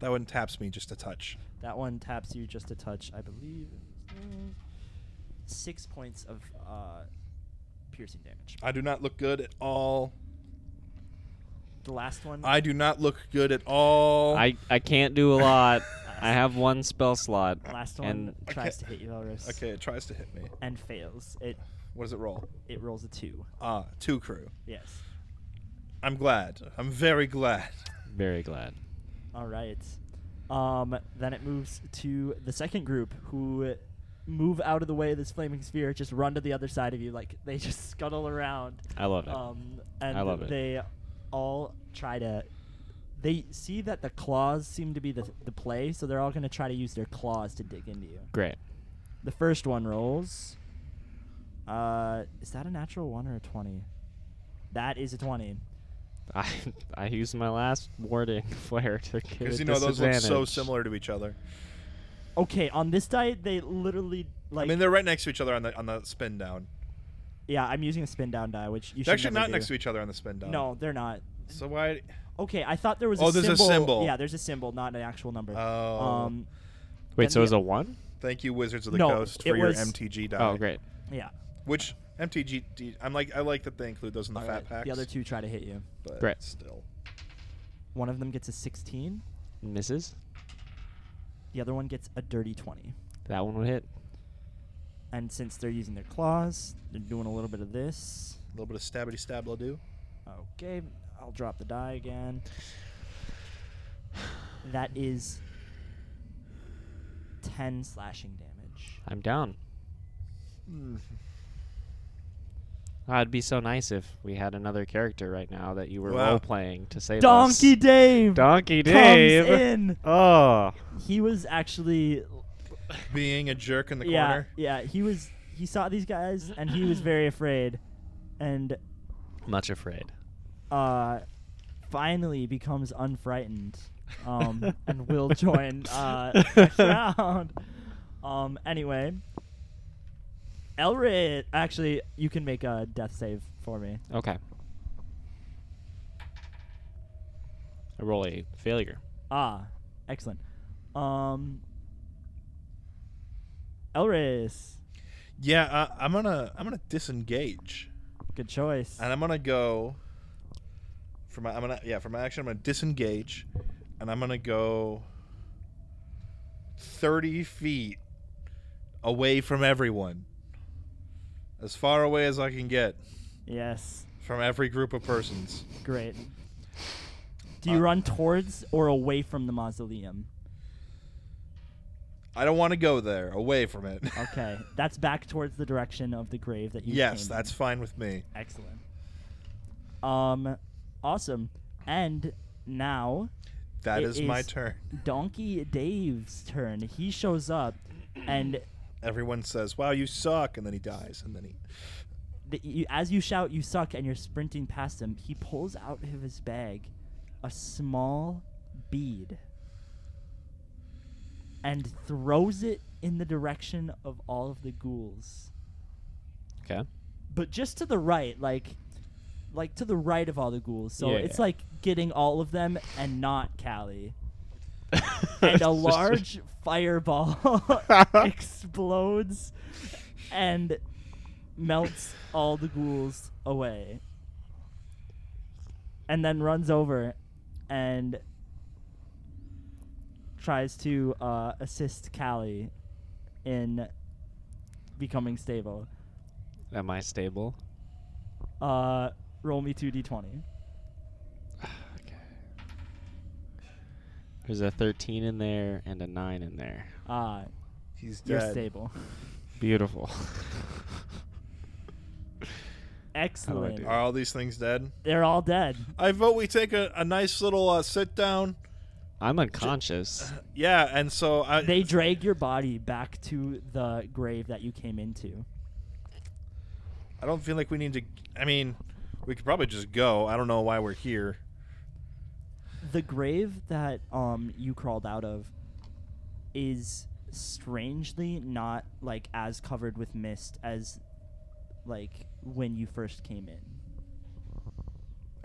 Speaker 2: That one taps me just a touch.
Speaker 3: That one taps you just a touch, I believe. it was. Six points of uh, piercing damage.
Speaker 2: I do not look good at all.
Speaker 3: The last one.
Speaker 2: I do not look good at all.
Speaker 1: I, I can't do a lot. I have one spell slot.
Speaker 3: last
Speaker 1: and
Speaker 3: one tries
Speaker 2: Okay.
Speaker 3: to hit you, Elris.
Speaker 2: Okay, it tries to hit me.
Speaker 3: And fails. It
Speaker 2: What does it roll?
Speaker 3: it rolls a two.
Speaker 2: Ah, two crew.
Speaker 3: Yes.
Speaker 2: I'm glad. I'm very glad.
Speaker 1: Very glad.
Speaker 3: All right. Um, then it moves to the second group who move out of the way of this flaming sphere, just run to the other side of you. Like they just scuttle around.
Speaker 1: I love it.
Speaker 3: Um, and
Speaker 1: I love it.
Speaker 3: they all try to. They see that the claws seem to be the, the play, so they're all going to try to use their claws to dig into you.
Speaker 1: Great.
Speaker 3: The first one rolls. Uh, is that a natural one or a 20? That is a 20.
Speaker 1: I I used my last warding flare to get
Speaker 2: Because
Speaker 1: a
Speaker 2: you know those look so
Speaker 1: disadvantage.
Speaker 2: similar to each other.
Speaker 3: Okay, on this die, they literally. Like,
Speaker 2: I mean, they're right next to each other on the on the spin down.
Speaker 3: Yeah, I'm using a spin down die, which you
Speaker 2: They're
Speaker 3: should
Speaker 2: actually
Speaker 3: never
Speaker 2: not
Speaker 3: do.
Speaker 2: next to each other on the spin down.
Speaker 3: No, they're not.
Speaker 2: So why?
Speaker 3: Okay, I thought there was.
Speaker 2: Oh,
Speaker 3: a
Speaker 2: there's a
Speaker 3: symbol.
Speaker 2: symbol.
Speaker 3: Yeah, there's a symbol, not an actual number.
Speaker 2: Oh.
Speaker 3: Um,
Speaker 1: Wait,
Speaker 3: Then
Speaker 1: so
Speaker 3: the-
Speaker 1: it was a one?
Speaker 2: Thank you, Wizards of the
Speaker 3: No,
Speaker 2: Coast,
Speaker 3: it
Speaker 2: for your
Speaker 3: was-
Speaker 2: MTG die.
Speaker 1: Oh, great.
Speaker 3: yeah.
Speaker 2: Which MTG? D- I'm like, I like that they include those in the
Speaker 3: All
Speaker 2: fat
Speaker 3: right,
Speaker 2: packs.
Speaker 3: Uh, The other two try to hit you.
Speaker 2: but
Speaker 1: Great.
Speaker 2: still.
Speaker 3: One of them gets a 16.
Speaker 1: Misses.
Speaker 3: The other one gets a dirty 20.
Speaker 1: That one would hit.
Speaker 3: And since they're using their claws, they're doing a little bit of this.
Speaker 2: A little bit of stabbity stablo do.
Speaker 3: Okay, I'll drop the die again. That is 10 slashing damage.
Speaker 1: I'm down.
Speaker 2: Hmm.
Speaker 1: Ah, it'd be so nice if we had another character right now that you were
Speaker 2: Wow.
Speaker 1: role playing to save us.
Speaker 3: Donkey Dave!
Speaker 1: Donkey
Speaker 3: comes
Speaker 1: Dave.
Speaker 3: in.
Speaker 1: Oh,
Speaker 3: He was actually
Speaker 2: Being a jerk in the
Speaker 3: yeah,
Speaker 2: corner.
Speaker 3: Yeah, he was he saw these guys and he was very afraid and
Speaker 1: much afraid.
Speaker 3: uh finally becomes unfrightened um and will join uh next round. Um anyway, Elrid, actually you can make a death save for me.
Speaker 1: Okay. I roll a failure.
Speaker 3: Ah, excellent. Um Elris,
Speaker 2: Yeah, uh, I'm gonna I'm gonna disengage,
Speaker 3: good choice.
Speaker 2: and I'm gonna go. For my, I'm gonna yeah for my action I'm gonna disengage, and I'm gonna go. Thirty feet away from everyone. As far away as I can get
Speaker 3: Yes.
Speaker 2: from every group of persons.
Speaker 3: Great. Do you
Speaker 2: Uh,
Speaker 3: run towards or away from the mausoleum?
Speaker 2: I don't want to go there, away from it.
Speaker 3: Okay, that's back towards the direction of the grave that you.
Speaker 2: yes,
Speaker 3: came
Speaker 2: that's
Speaker 3: in.
Speaker 2: fine with me.
Speaker 3: excellent. Um, awesome. And now
Speaker 2: That
Speaker 3: It
Speaker 2: is my
Speaker 3: is-
Speaker 2: turn.
Speaker 3: Donkey Dave's turn. He shows up, and
Speaker 2: Everyone says, "Wow, you suck," and then he dies, and then he.
Speaker 3: the, you, as you shout, "You suck!" and you're sprinting past him. He pulls out of his bag a small bead and throws it in the direction of all of the ghouls,
Speaker 1: Okay.
Speaker 3: but just to the right, like. Like to the right of all the ghouls, so
Speaker 1: Yeah,
Speaker 3: it's
Speaker 1: yeah.
Speaker 3: like getting all of them and not Callie. and a large fireball explodes and melts all the ghouls away. And then runs over and tries to uh, assist Callie in becoming stable.
Speaker 1: Am I stable?
Speaker 3: Uh, roll me 2d20.
Speaker 1: Okay. There's a 13 in there and a 9 in there.
Speaker 3: Uh,
Speaker 2: He's dead.
Speaker 3: you're stable.
Speaker 1: Beautiful.
Speaker 3: Excellent.
Speaker 1: do?
Speaker 2: Are all these things dead?
Speaker 3: They're all dead.
Speaker 2: I vote we take a, a nice little uh, sit down.
Speaker 1: I'm unconscious.
Speaker 2: Yeah, and so I.
Speaker 3: They drag your body back to the grave that you came into.
Speaker 2: I don't feel like we need to. I mean, we could probably just go. I don't know why we're here.
Speaker 3: The grave that um you crawled out of is strangely not like as covered with mist as like when you first came in.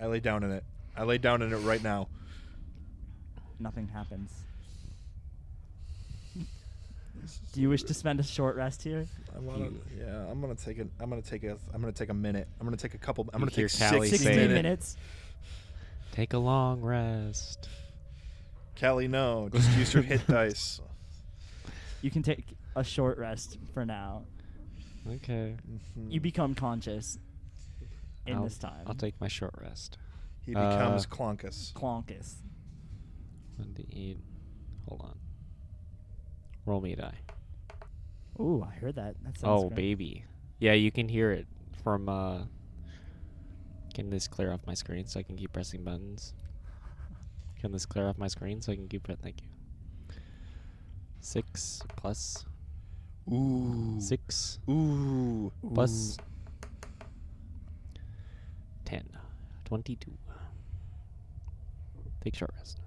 Speaker 2: I lay down in it. I lay down in it right now.
Speaker 3: Nothing happens. Do you wish to spend a short rest here?
Speaker 2: I wanna, yeah, I'm gonna take a. I'm gonna take a. I'm gonna take a minute. I'm gonna take a couple. I'm
Speaker 1: You
Speaker 2: gonna take
Speaker 1: hear Callie
Speaker 2: 16
Speaker 1: say-
Speaker 3: Sixteen minutes.
Speaker 1: Take a long rest.
Speaker 2: Callie, no, just use your hit dice.
Speaker 3: You can take a short rest for now.
Speaker 1: Okay.
Speaker 2: Mhm.
Speaker 3: You become conscious in
Speaker 1: I'll-
Speaker 3: this time.
Speaker 1: I'll take my short rest.
Speaker 2: He becomes
Speaker 1: uh,
Speaker 2: Clonkus.
Speaker 3: Clonkus.
Speaker 1: One to eat. Hold on. Roll me a die.
Speaker 3: Ooh, I heard that. That sounds
Speaker 1: oh,
Speaker 3: great.
Speaker 1: baby. Yeah, you can hear it from. uh Can this clear off my screen so I can keep pressing buttons? Can this clear off my screen so I can keep pressing? Thank you. Six plus
Speaker 2: Ooh.
Speaker 1: six
Speaker 2: Ooh.
Speaker 1: plus ten. Twenty-two. Take short rest.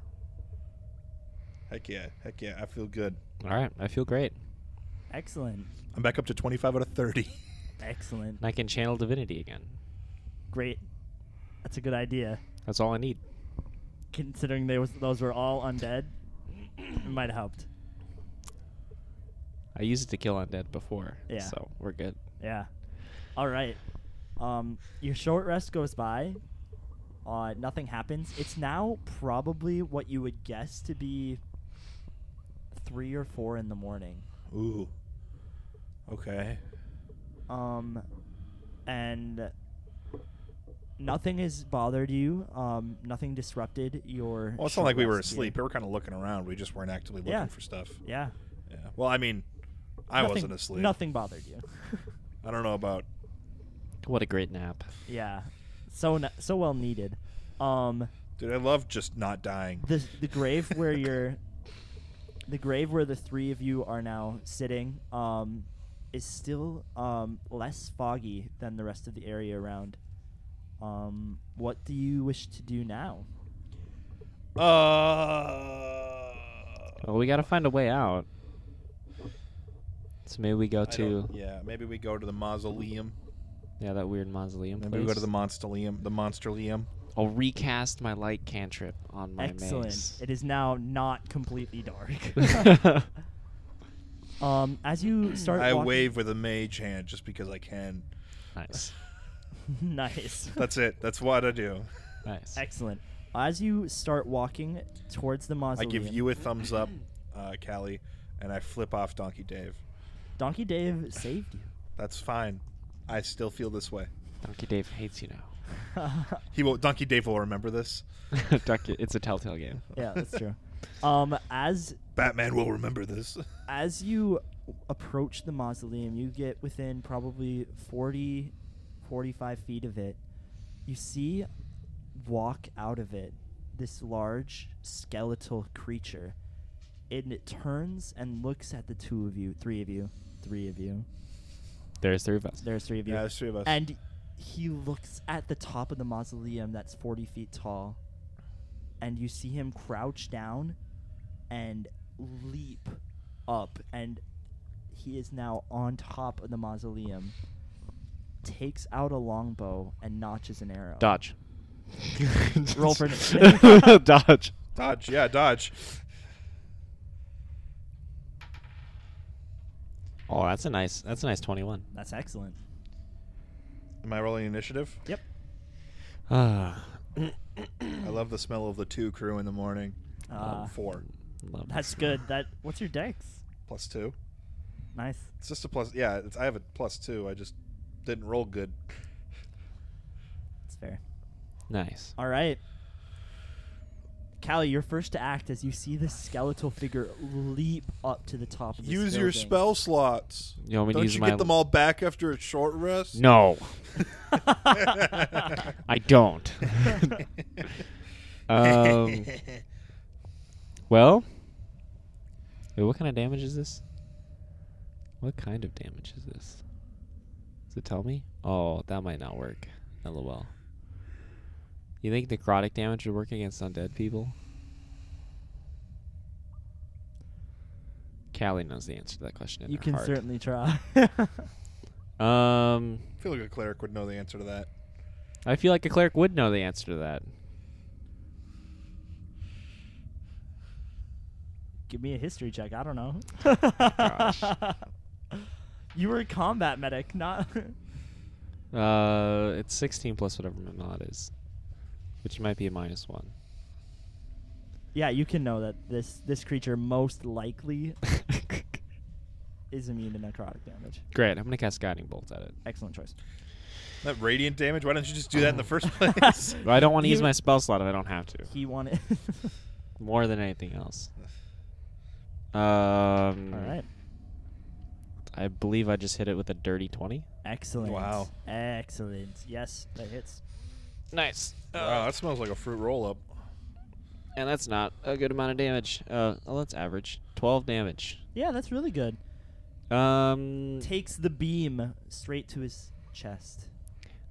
Speaker 2: Heck yeah. Heck yeah. I feel good.
Speaker 1: All right, I feel great.
Speaker 3: Excellent.
Speaker 2: I'm back up to 25 out of 30.
Speaker 3: Excellent.
Speaker 1: And I can channel divinity again.
Speaker 3: Great. That's a good idea.
Speaker 1: That's all I need.
Speaker 3: Considering they was, those were all undead, it might have helped.
Speaker 1: I used it to kill undead before,
Speaker 3: Yeah.
Speaker 1: so we're good.
Speaker 3: Yeah. All right. Um, your short rest goes by. Uh, nothing happens. It's now probably what you would guess to be three or four in the morning.
Speaker 2: Ooh. Okay.
Speaker 3: Um, and nothing has bothered you. Um, nothing disrupted your.
Speaker 2: Well, it's not like
Speaker 3: short
Speaker 2: we were
Speaker 3: rest here.
Speaker 2: asleep. We were kind of looking around. We just weren't actively looking
Speaker 3: Yeah.
Speaker 2: for stuff.
Speaker 3: Yeah.
Speaker 2: Yeah. Well, I mean, I
Speaker 3: Nothing-
Speaker 2: wasn't asleep.
Speaker 3: Nothing bothered you.
Speaker 2: I don't know about.
Speaker 1: What a great nap.
Speaker 3: yeah, so n so well needed. Um,
Speaker 2: Dude, I love just not dying.
Speaker 3: the the grave where you're, the grave where the three of you are now sitting, um, is still um less foggy than the rest of the area around. Um, what do you wish to do now?
Speaker 2: Uh.
Speaker 1: Well, we gotta find a way out. So maybe we go
Speaker 2: I
Speaker 1: to
Speaker 2: don't- Yeah, maybe we go to the mausoleum.
Speaker 1: yeah that weird mausoleum
Speaker 2: Maybe
Speaker 1: place.
Speaker 2: we go to the mausoleum. The monsterleum.
Speaker 1: I'll recast my light cantrip on my
Speaker 3: Excellent.
Speaker 1: mace.
Speaker 3: It is now not completely dark. um, as you start,
Speaker 2: I
Speaker 3: walking-
Speaker 2: wave with a mage hand just because I can.
Speaker 1: nice,
Speaker 3: nice.
Speaker 2: That's it. That's what I do.
Speaker 1: nice.
Speaker 3: Excellent. As you start walking towards the
Speaker 2: I
Speaker 3: mausoleum,
Speaker 2: give you a thumbs up, uh, Callie, and I flip off Donkey Dave.
Speaker 3: Donkey Dave saved you.
Speaker 2: That's fine. I still feel this way.
Speaker 1: Donkey Dave hates you now.
Speaker 2: He will. Donkey Dave will remember this.
Speaker 1: Duck it- it's a telltale game.
Speaker 3: yeah, that's true. Um, as
Speaker 2: Batman will remember this.
Speaker 3: as you approach the mausoleum, you get within probably 40, 45 feet of it. You see walk out of it this large skeletal creature. And it turns and looks at the two of you, three of you, three of you.
Speaker 1: There's three of us.
Speaker 3: There's three of you.
Speaker 2: Yeah, there's three of us.
Speaker 3: And he looks at the top of the mausoleum that's 40 feet tall. And you see him crouch down and leap up. And he is now on top of the mausoleum. Takes out a longbow and notches an arrow.
Speaker 1: Dodge.
Speaker 3: Roll for
Speaker 1: dodge.
Speaker 2: dodge. Yeah, dodge.
Speaker 1: Oh, that's a nice. That's a nice twenty-one.
Speaker 3: That's excellent.
Speaker 2: Am I rolling initiative?
Speaker 3: Yep.
Speaker 1: Ah,
Speaker 2: I love the smell of the two crew in the morning. Um,
Speaker 3: Uh,
Speaker 2: Four
Speaker 1: love
Speaker 3: That's
Speaker 1: this.
Speaker 3: good. That what's your dex?
Speaker 2: plus two.
Speaker 3: Nice.
Speaker 2: It's just a plus. Yeah, it's, I have a plus two. I just didn't roll good.
Speaker 3: That's fair.
Speaker 1: Nice.
Speaker 3: All right. Callie, you're first to act as you see this skeletal figure leap up to the top of this
Speaker 2: Use your
Speaker 3: building.
Speaker 2: spell slots.
Speaker 1: You want me to
Speaker 2: Don't
Speaker 1: use
Speaker 2: you
Speaker 1: my
Speaker 2: get them all back after a short rest?
Speaker 1: No, I don't. um, well, wait, what kind of damage is this? What kind of damage is this? Does it tell me? Oh, that might not work. LOL. You think necrotic damage would work against undead people? Callie knows the answer to that question. In
Speaker 3: You
Speaker 1: her
Speaker 3: can
Speaker 1: heart.
Speaker 3: certainly try.
Speaker 1: Um,
Speaker 2: I feel like a cleric would know the answer to that.
Speaker 1: I feel like a cleric would know the answer to that.
Speaker 3: Give me a history check. I don't know.
Speaker 1: Gosh.
Speaker 3: you were a combat medic, not.
Speaker 1: Uh, it's 16 plus whatever my mod is, which might be a minus one.
Speaker 3: yeah, you can know that this this creature most likely is immune to necrotic damage.
Speaker 1: Great, I'm gonna cast Guiding Bolt at it.
Speaker 3: Excellent choice.
Speaker 2: That radiant damage. Why don't you just do that in the first place?
Speaker 1: But I don't want to use
Speaker 3: You-
Speaker 1: my spell slot if I don't have to.
Speaker 3: He wanted.
Speaker 1: More than anything else. Um,
Speaker 3: All right.
Speaker 1: I believe I just hit it with a dirty 20.
Speaker 3: Excellent.
Speaker 2: Wow.
Speaker 3: Excellent. Yes, that hits.
Speaker 1: Nice. Uh,
Speaker 2: wow, that smells like a fruit roll up.
Speaker 1: and that's not a good amount of damage. Uh, well, that's average. 12 damage.
Speaker 3: Yeah, that's really good.
Speaker 1: Um,
Speaker 3: takes the beam straight to his chest.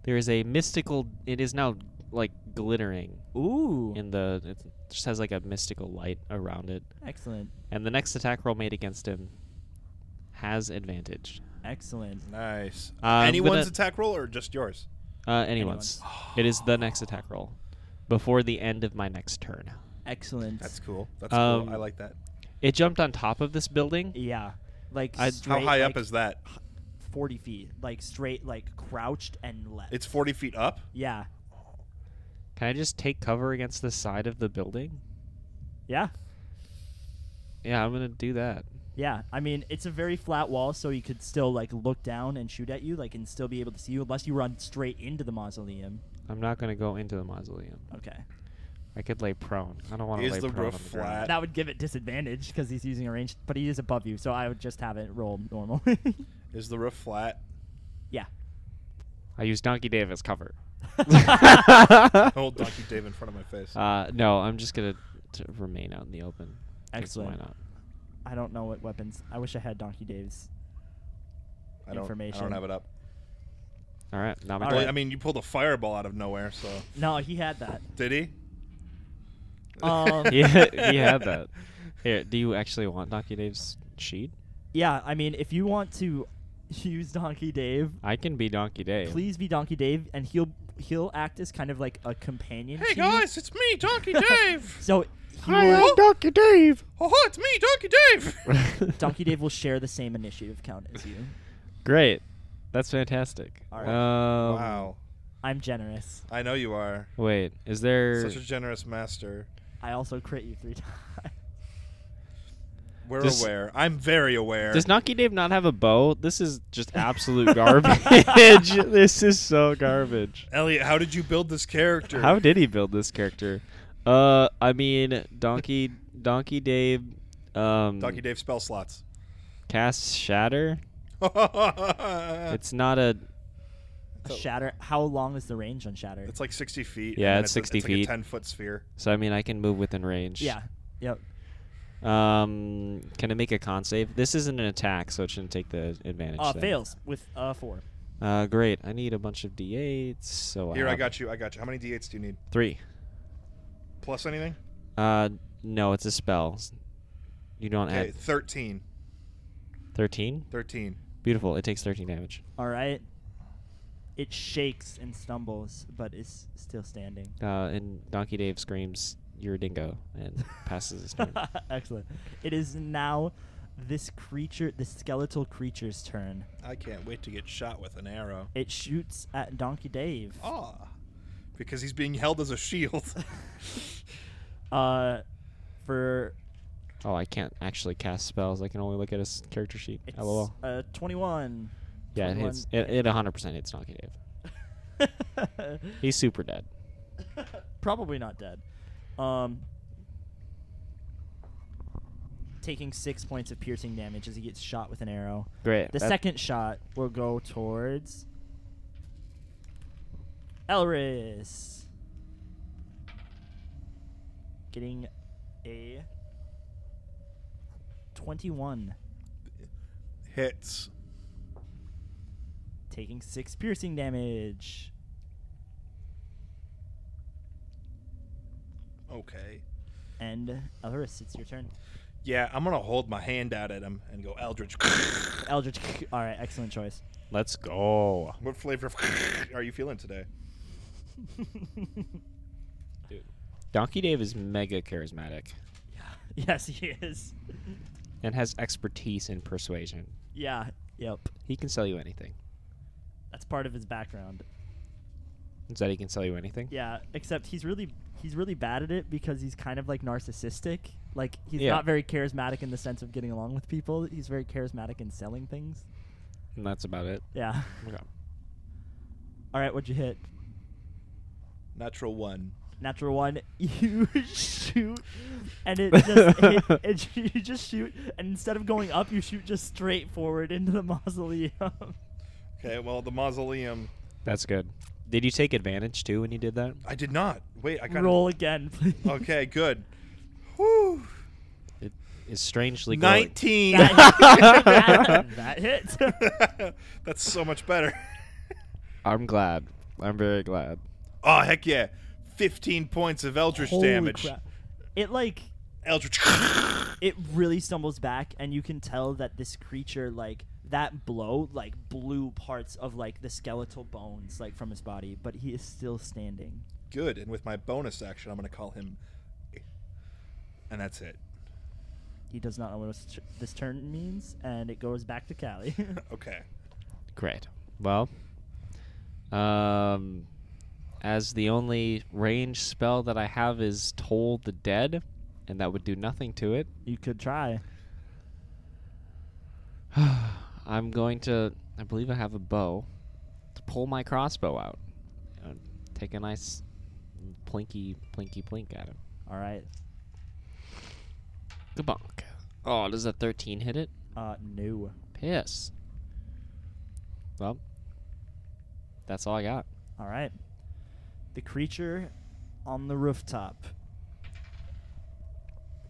Speaker 1: there is a mystical. It is now like glittering
Speaker 3: Ooh,
Speaker 1: in the. It just has like a mystical light around it.
Speaker 3: excellent,
Speaker 1: And the next attack roll made against him has advantage.
Speaker 3: excellent.
Speaker 2: Nice.
Speaker 1: Uh, I'm
Speaker 2: Anyone's
Speaker 1: gonna-
Speaker 2: attack roll or just yours?
Speaker 1: Uh, anyone's. It is the next attack roll before the end of my next turn.
Speaker 3: Excellent.
Speaker 2: That's cool. That's
Speaker 1: Um,
Speaker 2: cool. I like that.
Speaker 1: It jumped on top of this building.
Speaker 3: Yeah, like
Speaker 1: I- How
Speaker 2: How
Speaker 3: straight,
Speaker 2: high up
Speaker 3: like,
Speaker 2: is that?
Speaker 3: forty feet? Like straight, like crouched and left.
Speaker 2: It's 40 feet up?
Speaker 3: yeah,
Speaker 1: Can I just take cover against the side of the building?
Speaker 3: yeah,
Speaker 1: Yeah, I'm gonna do that.
Speaker 3: yeah. I mean, it's a very flat wall, so you could still like look down and shoot at you, like, and still be able to see you, unless you run straight into the mausoleum.
Speaker 1: I'm not gonna go into the mausoleum.
Speaker 3: Okay,
Speaker 1: I could lay prone. I don't want to
Speaker 2: Is
Speaker 1: lay
Speaker 2: the
Speaker 1: prone
Speaker 2: roof
Speaker 1: on the ground.
Speaker 2: flat?
Speaker 3: that would give it disadvantage because he's using a range, but he is above you, so I would just have it roll normally.
Speaker 2: Is the roof flat?
Speaker 3: yeah.
Speaker 1: I use Donkey Dave as cover.
Speaker 2: Hold Donkey Dave in front of my face.
Speaker 1: Uh, no, I'm just gonna t- remain out in the open. 'cause
Speaker 3: Excellent.
Speaker 1: Why not?
Speaker 3: I don't know what weapons. I wish I had Donkey Dave's.
Speaker 2: I don't, I
Speaker 3: information.
Speaker 2: don't have it up.
Speaker 1: All right, now my
Speaker 3: All
Speaker 1: turn.
Speaker 2: Well,
Speaker 3: right.
Speaker 2: I mean, you pulled a fireball out of nowhere, so.
Speaker 3: No, he had that.
Speaker 2: Did he?
Speaker 3: Um,
Speaker 1: he, he had that. Here, do you actually want Donkey Dave's sheet?
Speaker 3: Yeah, I mean, if you want to use Donkey Dave,
Speaker 1: I can be Donkey Dave.
Speaker 3: please be Donkey Dave, and he'll he'll act as kind of like a companion.
Speaker 2: Hey
Speaker 3: to you.
Speaker 2: guys, it's me, Donkey Dave!
Speaker 3: So he will,
Speaker 2: I'm
Speaker 1: Donkey Dave.
Speaker 2: oh, it's me, Donkey Dave!
Speaker 3: Donkey Dave will share the same initiative count as you.
Speaker 1: Great, that's fantastic.
Speaker 3: All right.
Speaker 1: Um,
Speaker 2: wow.
Speaker 3: I'm generous.
Speaker 2: I know you are.
Speaker 1: Wait, is there?
Speaker 2: Such a generous master.
Speaker 3: I also crit you three times.
Speaker 2: We're
Speaker 1: Does-
Speaker 2: aware. I'm very aware.
Speaker 1: Does Knocky Dave not have a bow? This is just absolute garbage. this is so garbage.
Speaker 2: Elliot, how did you build this character?
Speaker 1: How did he build this character? Uh, I mean, Donkey Donkey Dave, um,
Speaker 2: Donkey Dave spell slots.
Speaker 1: casts Shatter.
Speaker 2: it's,
Speaker 1: It's not a
Speaker 2: So-
Speaker 3: Shatter. How long is the range on Shatter?
Speaker 2: like 60 feet.
Speaker 1: Yeah,
Speaker 2: and
Speaker 1: it's
Speaker 2: then
Speaker 1: 60
Speaker 2: it's
Speaker 1: feet.
Speaker 2: Like a 10 foot sphere.
Speaker 1: so. I mean, I can move within range.
Speaker 3: yeah. Yep.
Speaker 1: Um, can I make a con save? This isn't an attack, so it shouldn't take the advantage.
Speaker 3: Uh,
Speaker 1: thing.
Speaker 3: fails with uh four.
Speaker 1: Uh, great. I need a bunch of d8s. So
Speaker 2: Here, I got you. I got you. How many d8s do you need?
Speaker 1: three.
Speaker 2: Plus anything?
Speaker 1: Uh, no, it's a spell. You don't
Speaker 2: Okay,
Speaker 1: add
Speaker 2: 13.
Speaker 1: thirteen.
Speaker 2: 13.
Speaker 1: Beautiful. It takes thirteen damage.
Speaker 3: All right. It shakes and stumbles, but is still standing.
Speaker 1: Uh, and Donkey Dave screams, "You're a dingo!" and passes his turn.
Speaker 3: Excellent. It is now this creature, the skeletal creature's turn.
Speaker 2: I can't wait to get shot with an arrow.
Speaker 3: It shoots at Donkey Dave.
Speaker 2: Ah. Because he's being held as a shield.
Speaker 3: Uh, for
Speaker 1: Oh, I can't actually cast spells. I can only look at his character sheet.
Speaker 3: it's
Speaker 1: LOL.
Speaker 3: uh 21.
Speaker 1: Yeah, it hits. It, it 100% hits Donkey Dave.
Speaker 3: 21.
Speaker 1: He's super dead.
Speaker 3: probably not dead. Um, taking six points of piercing damage as he gets shot with an arrow.
Speaker 1: Great.
Speaker 3: The second shot will go towards Elris. Getting a 21,
Speaker 2: Hits.
Speaker 3: taking 6 piercing damage.
Speaker 2: Okay.
Speaker 3: And Elris, it's your turn.
Speaker 2: Yeah, I'm going to hold my hand out at him and go Eldritch.
Speaker 3: Eldritch, all right, excellent choice.
Speaker 1: Let's go.
Speaker 2: what flavor of are you feeling today?
Speaker 1: Donkey Dave is mega charismatic
Speaker 3: yes, he is.
Speaker 1: and has expertise in persuasion.
Speaker 3: Yeah, yep.
Speaker 1: He can sell you anything.
Speaker 3: That's part of his background.
Speaker 1: Is that he can sell you anything?
Speaker 3: Yeah, except he's really he's really bad at it because he's kind of like narcissistic. Like he's
Speaker 1: Yeah.
Speaker 3: not very charismatic in the sense of getting along with people. He's very charismatic in selling things.
Speaker 1: And that's about it.
Speaker 3: Yeah.
Speaker 1: Okay.
Speaker 3: All right, what'd you hit?
Speaker 2: Natural one.
Speaker 3: Natural one. You shoot, and it just hit, it, you just shoot, and instead of going up, you shoot just straight forward into the mausoleum.
Speaker 2: Okay, well, the mausoleum.
Speaker 1: That's good. Did you take advantage too when you did that?
Speaker 2: I did not. Wait, I got
Speaker 3: Roll again, please.
Speaker 2: Okay, good. Whew.
Speaker 1: It is strangely glowing.
Speaker 2: 19.
Speaker 3: That, that, that hits.
Speaker 2: That's so much better.
Speaker 1: I'm glad. I'm very glad.
Speaker 2: Oh, heck yeah. 15 points of Eldritch
Speaker 3: Holy
Speaker 2: damage.
Speaker 3: crap. It like
Speaker 2: Eldritch.
Speaker 3: it really stumbles back and you can tell that this creature like that blow like blew parts of like the skeletal bones like from his body but he is still standing
Speaker 2: Good. And with my bonus action, I'm going to call him. And that's it.
Speaker 3: he does not know what this tur- this turn means and it goes back to callie
Speaker 2: Okay.
Speaker 1: Great. Well, um, as the only range spell that I have is Toll the Dead, and that would do nothing to it,
Speaker 3: you could try
Speaker 1: I'm going to, I believe I have a bow, to pull my crossbow out. And take a nice plinky, plinky, plink at him.
Speaker 3: all right
Speaker 1: Kabonk. Oh, does a 13 hit it?
Speaker 3: uh no
Speaker 1: Piss. Well, that's all I got.
Speaker 3: all right the creature on the rooftop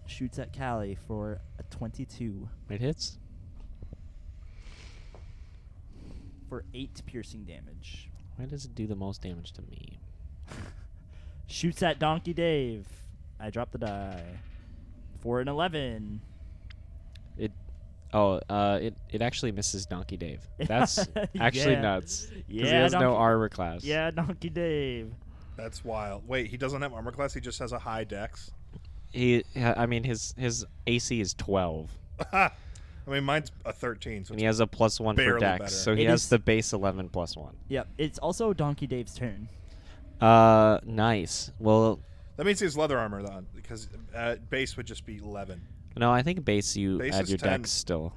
Speaker 3: shoots at callie for a 22
Speaker 1: It hits.
Speaker 3: for 8 piercing damage
Speaker 1: Why does it do the most damage to me?
Speaker 3: Shoots at Donkey Dave. I drop the die. For an 11.
Speaker 1: It oh, uh it, it actually misses Donkey Dave. That's actually
Speaker 3: Yeah.
Speaker 1: nuts. Because he
Speaker 3: Yeah,
Speaker 1: has no
Speaker 3: Donkey-
Speaker 1: armor class.
Speaker 3: Yeah, Donkey Dave.
Speaker 2: That's wild. Wait, he doesn't have armor class. He just has a high dex.
Speaker 1: He I mean his his AC is twelve.
Speaker 2: I mean, mine's a 13. So
Speaker 1: And
Speaker 2: it's
Speaker 1: he has a plus one for
Speaker 2: barely
Speaker 1: dex.
Speaker 2: better.
Speaker 1: So he
Speaker 3: It
Speaker 1: has
Speaker 3: is-
Speaker 1: the base eleven plus one.
Speaker 3: Yep, it's also Donkey Dave's turn.
Speaker 1: Uh nice. Well
Speaker 2: That means he has leather armor on because uh, base would just be 11.
Speaker 1: No, I think base you
Speaker 2: Base
Speaker 1: add
Speaker 2: is
Speaker 1: your
Speaker 2: 10.
Speaker 1: dex still.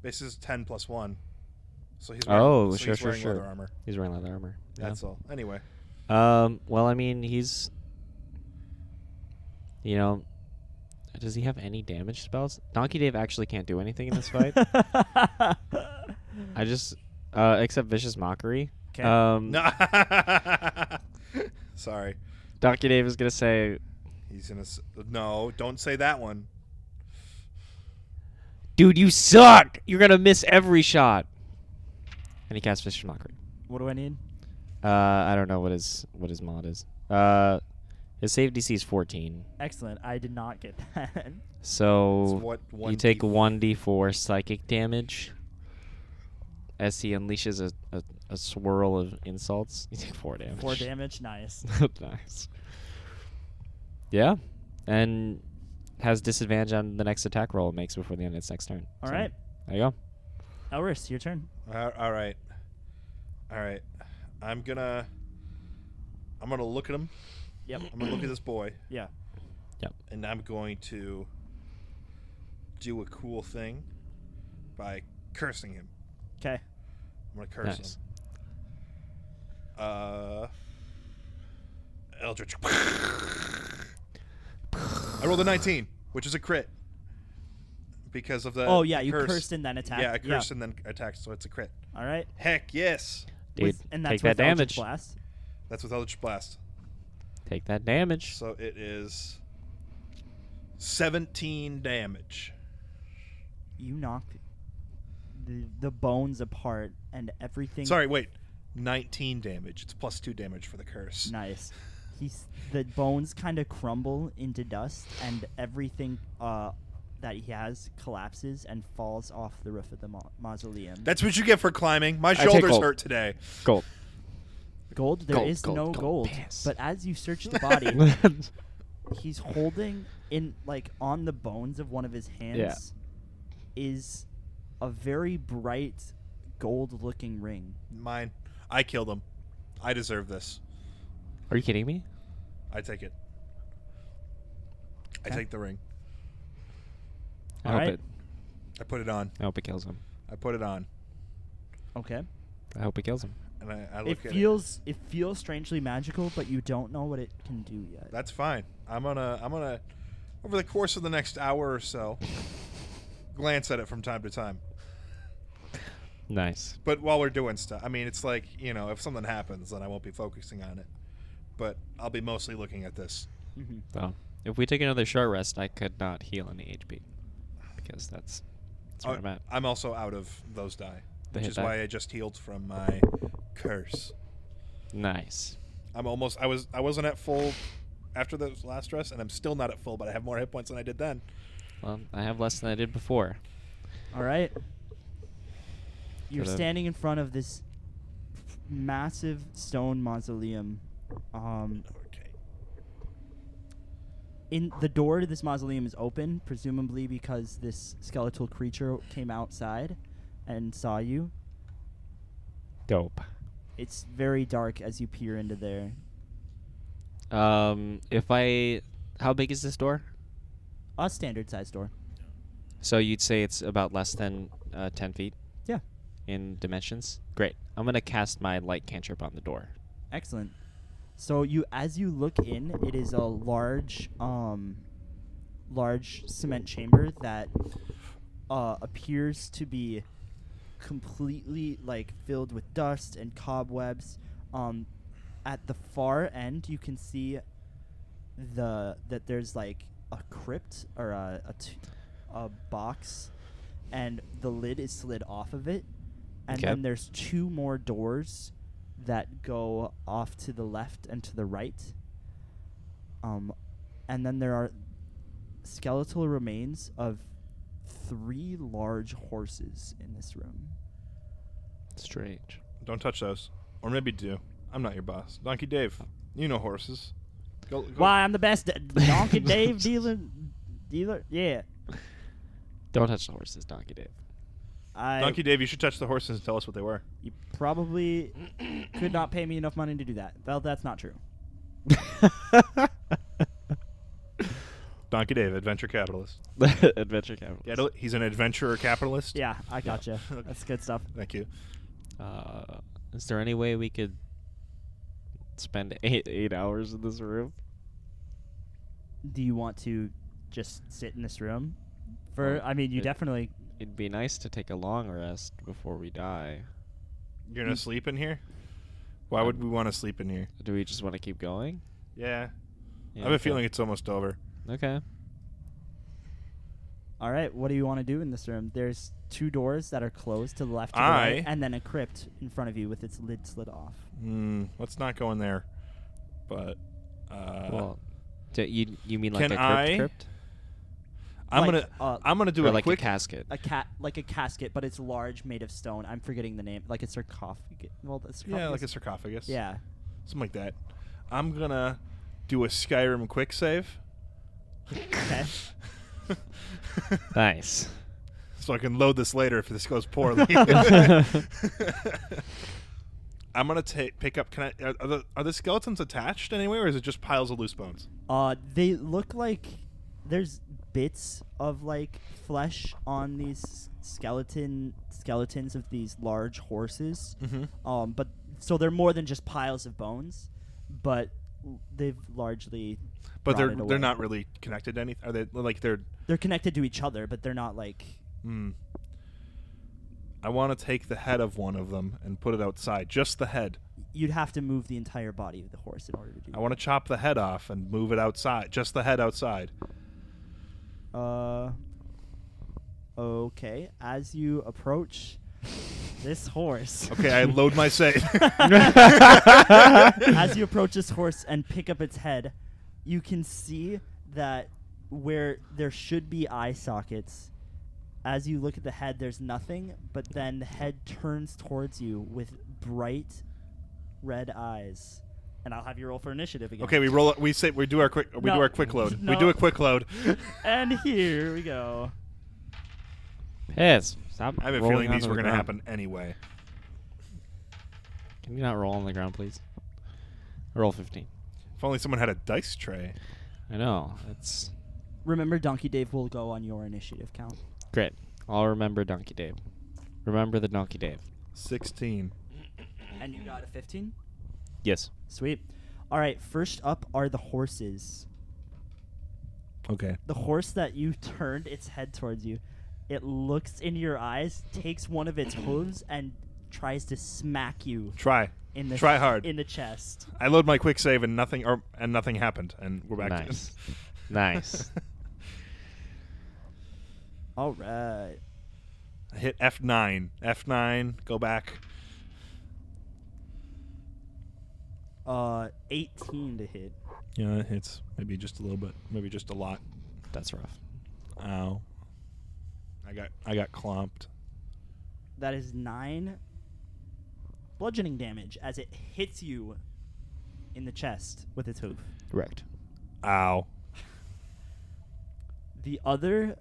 Speaker 2: This is ten plus one. So he's wearing,
Speaker 1: Oh,
Speaker 2: so
Speaker 1: sure,
Speaker 2: he's
Speaker 1: sure,
Speaker 2: wearing leather
Speaker 1: sure.
Speaker 2: armor.
Speaker 1: He's wearing leather armor. Yeah.
Speaker 2: That's all. Anyway,
Speaker 1: Um. Well, I mean, he's. You know, does he have any damage spells? Donkey Dave actually can't do anything in this fight. I just, uh, except vicious mockery.
Speaker 3: 'Kay.
Speaker 1: Um,
Speaker 2: no.
Speaker 1: Mm.
Speaker 2: Sorry,
Speaker 1: Donkey Dave is gonna say,
Speaker 2: he's gonna. s- No, don't say that one.
Speaker 1: "Dude, you suck. You're gonna miss every shot." And he casts vicious mockery.
Speaker 3: what do I need?
Speaker 1: Uh, I don't know what his what his mod is. Uh, his save DC is 14.
Speaker 3: Excellent. I did not get that.
Speaker 2: It's
Speaker 1: So
Speaker 2: what one
Speaker 1: you take
Speaker 2: D-
Speaker 1: one d4 psychic damage as he unleashes a, a, a swirl of insults. You take four damage.
Speaker 3: Four damage. Nice.
Speaker 1: nice. Yeah, and has disadvantage on the next attack roll it makes before the end of its next turn.
Speaker 3: All right,
Speaker 1: there you go.
Speaker 3: Elris, your turn.
Speaker 2: Al- Uh, all right, all right. I'm gonna. I'm gonna look at him.
Speaker 3: Yep.
Speaker 2: I'm gonna look at this boy,
Speaker 3: Yeah.
Speaker 2: and I'm going to do a cool thing by cursing him.
Speaker 3: Okay.
Speaker 2: I'm gonna curse
Speaker 1: Nice.
Speaker 2: him. Uh, Eldritch. I rolled a 19, which is a crit. Because of the
Speaker 3: Oh yeah, you
Speaker 2: Uh, curse.
Speaker 3: cursed and then attacked.
Speaker 2: Yeah, I cursed and then attacked, so it's a crit.
Speaker 3: All right.
Speaker 2: Heck yes,
Speaker 1: Dude,
Speaker 3: With- and
Speaker 1: take
Speaker 3: that's
Speaker 1: that
Speaker 3: with
Speaker 1: damage.
Speaker 3: Eldritch Blast.
Speaker 2: that's with Eldritch Blast.
Speaker 1: Take that damage.
Speaker 2: So it is 17 damage.
Speaker 3: You knocked the, the bones apart and everything.
Speaker 2: Sorry, wait, 19 damage. It's plus two damage for the curse.
Speaker 3: Nice. He's the bones kind of crumble into dust, and everything uh, that he has collapses and falls off the roof of the mau- mausoleum.
Speaker 2: That's what you get for climbing. My
Speaker 1: take
Speaker 2: shoulders
Speaker 1: gold.
Speaker 2: hurt today.
Speaker 1: Gold.
Speaker 3: gold. There is
Speaker 1: Gold, gold,
Speaker 3: no
Speaker 1: gold.
Speaker 3: gold.
Speaker 1: Piss.
Speaker 3: But as you search the body, he's holding in like on the bones of one of his hands is a very bright gold-looking ring.
Speaker 2: Mine. I killed him. I deserve this.
Speaker 1: Are you kidding me?
Speaker 2: I take it. I
Speaker 3: Okay.
Speaker 2: take the ring.
Speaker 1: I
Speaker 3: All
Speaker 1: hope
Speaker 3: right.
Speaker 1: it.
Speaker 2: I put it on.
Speaker 1: I hope it kills him.
Speaker 2: I put it on,
Speaker 3: Okay.
Speaker 1: I hope it kills him.
Speaker 2: and I, I
Speaker 3: It
Speaker 2: look at
Speaker 3: feels it. feels strangely magical, but you don't know what it can do yet.
Speaker 2: it. That's fine. I'm gonna. I'm gonna. Over the course of the next hour or so, glance at it from time to time.
Speaker 1: Nice.
Speaker 2: But while we're doing stuff, I mean, it's like you know, if something happens, then I won't be focusing on it. But I'll be mostly looking at this.
Speaker 3: Mhm.
Speaker 1: So if we take another short rest, I could not heal any HP because that's that's where
Speaker 2: Oh,
Speaker 1: I'm at.
Speaker 2: I'm also out of those die,
Speaker 1: The
Speaker 2: which
Speaker 1: hit
Speaker 2: is
Speaker 1: die.
Speaker 2: why I just healed from my curse.
Speaker 1: Nice.
Speaker 2: I'm almost. I was. I wasn't at full after the last stress, and I'm still not at full. But I have more hit points than I did then.
Speaker 1: Well, I have less than I did before.
Speaker 3: All right. You're
Speaker 1: Gotta-
Speaker 3: standing in front of this massive stone mausoleum. Um,
Speaker 2: Okay.
Speaker 3: in the door to this mausoleum is open, presumably because this skeletal creature came outside and saw you.
Speaker 1: Dope.
Speaker 3: It's very dark as you peer into there.
Speaker 1: Um, if I, how big is this door?
Speaker 3: A standard size door.
Speaker 1: So you'd say it's about less than uh, ten feet
Speaker 3: Yeah.
Speaker 1: in dimensions. Great. I'm gonna cast my light cantrip on the door.
Speaker 3: Excellent. So you, as you look in, it is a large, um, large cement chamber that uh, appears to be completely like filled with dust and cobwebs. Um, at the far end, you can see the that there's like a crypt or a a, t- a box, and the lid is slid off of it, and
Speaker 1: Okay.
Speaker 3: then there's two more doors that go off to the left and to the right. Um, and then there are skeletal remains of three large horses in this room.
Speaker 1: Strange.
Speaker 2: Don't touch those, or maybe do. I'm not your boss, Donkey Dave. You know horses. Go, go-
Speaker 3: Why I'm the best d- Donkey Dave dealer, dealer. Yeah,
Speaker 1: Don't touch the horses, Donkey Dave.
Speaker 3: I.
Speaker 2: Donkey Dave, you should touch the horses and tell us what they were.
Speaker 3: You probably could not pay me enough money to do that. Well, that's not true.
Speaker 2: Donkey Dave, adventure capitalist.
Speaker 1: Adventure Capital.
Speaker 2: Get it? He's an adventurer capitalist.
Speaker 3: Yeah, I
Speaker 1: Yeah.
Speaker 3: gotcha. That's good stuff.
Speaker 2: Thank you.
Speaker 1: Uh, is there any way we could spend eight eight hours in this room?
Speaker 3: Do you want to just sit in this room? For
Speaker 1: Well,
Speaker 3: I mean, you
Speaker 1: it-
Speaker 3: definitely
Speaker 1: It'd be nice to take a long rest before we die.
Speaker 2: You're gonna sleep in here? Mm. Why would we want to sleep in here?
Speaker 1: Do we just want to keep going?
Speaker 2: Yeah.
Speaker 1: Yeah,
Speaker 2: I have a
Speaker 1: okay.
Speaker 2: feeling it's almost over.
Speaker 1: Okay.
Speaker 3: All right, what do you want to do in this room? There's two doors that are closed to the left, to the
Speaker 2: I-
Speaker 3: right, and then a crypt in front of you with its lid slid off.
Speaker 2: Hmm. Let's not go in there. But uh,
Speaker 1: well, do you you mean like
Speaker 2: can
Speaker 1: a crypt?
Speaker 2: I-
Speaker 1: crypt?
Speaker 2: I'm
Speaker 3: Like,
Speaker 2: gonna
Speaker 3: uh,
Speaker 2: I'm gonna do
Speaker 1: or
Speaker 2: a
Speaker 1: like
Speaker 2: quick
Speaker 1: a casket?
Speaker 3: A cat, like a casket, but it's large, made of stone. I'm forgetting the name, like a sarcophagus. Well, that's
Speaker 2: yeah, like a sarcophagus.
Speaker 3: yeah.
Speaker 2: something like that. I'm gonna do a Skyrim quick save.
Speaker 3: Okay.
Speaker 1: nice.
Speaker 2: so I can load this later if this goes poorly. I'm gonna take pick up. Can I? Are, are the, are the skeletons attached anyway, or is it just piles of loose bones?
Speaker 3: Uh, they look like there's bits of like flesh on these skeleton skeletons of these large horses.
Speaker 2: Mm-hmm.
Speaker 3: Um, but so they're more than just piles of bones, but l- they've largely.
Speaker 2: But they're
Speaker 3: rotted
Speaker 2: they're
Speaker 3: away.
Speaker 2: not really connected to anything. Are they like they're?
Speaker 3: They're connected to each other, but they're not like.
Speaker 2: Hmm. I want to take the head of one of them and put it outside, just the head.
Speaker 3: You'd have to move the entire body of the horse in order to do.
Speaker 2: I want to chop the head off and move it outside, just the head outside.
Speaker 3: to. Uh. Okay, as you approach this horse.
Speaker 2: Okay, I load my save.
Speaker 3: as you approach this horse and pick up its head, you can see that where there should be eye sockets, as you look at the head, there's nothing, but then the head turns towards you with bright red eyes. And I'll have you roll for initiative again.
Speaker 2: Okay, we roll. We say we do our quick. We
Speaker 3: No.
Speaker 2: do our quick load. We
Speaker 3: No.
Speaker 2: do a quick load.
Speaker 3: And here we go.
Speaker 1: Piss. Stop.
Speaker 2: I have a
Speaker 1: rolling
Speaker 2: feeling
Speaker 1: onto
Speaker 2: these
Speaker 1: the
Speaker 2: were going to
Speaker 1: ground.
Speaker 2: happen anyway.
Speaker 1: Can you not roll on the ground, please? Roll fifteen.
Speaker 2: If only someone had a dice tray.
Speaker 1: I know. That's
Speaker 3: Remember, Donkey Dave will go on your initiative count.
Speaker 1: great. I'll remember Donkey Dave. Remember the Donkey Dave.
Speaker 2: Sixteen.
Speaker 3: And you got a 15?
Speaker 1: Yes.
Speaker 3: Sweet. All right, first up are the horses.
Speaker 2: Okay.
Speaker 3: the horse that you turned its head towards you, it looks into your eyes, takes one of its hooves, and tries to smack you
Speaker 2: Try.
Speaker 3: in the
Speaker 2: Try hard.
Speaker 3: in the chest.
Speaker 2: I load my quick save and nothing, or and nothing happened, and we're back.
Speaker 1: Nice.
Speaker 2: To
Speaker 1: Nice.
Speaker 3: All right.
Speaker 2: I hit F nine. F nine. Go back.
Speaker 3: Uh, eighteen to hit.
Speaker 2: Yeah, it hits. Maybe just a little bit. Maybe just a lot.
Speaker 1: That's rough.
Speaker 2: Ow. I got. I got clomped.
Speaker 3: That is nine bludgeoning damage as it hits you in the chest with its hoof.
Speaker 1: Correct.
Speaker 2: Ow.
Speaker 3: The other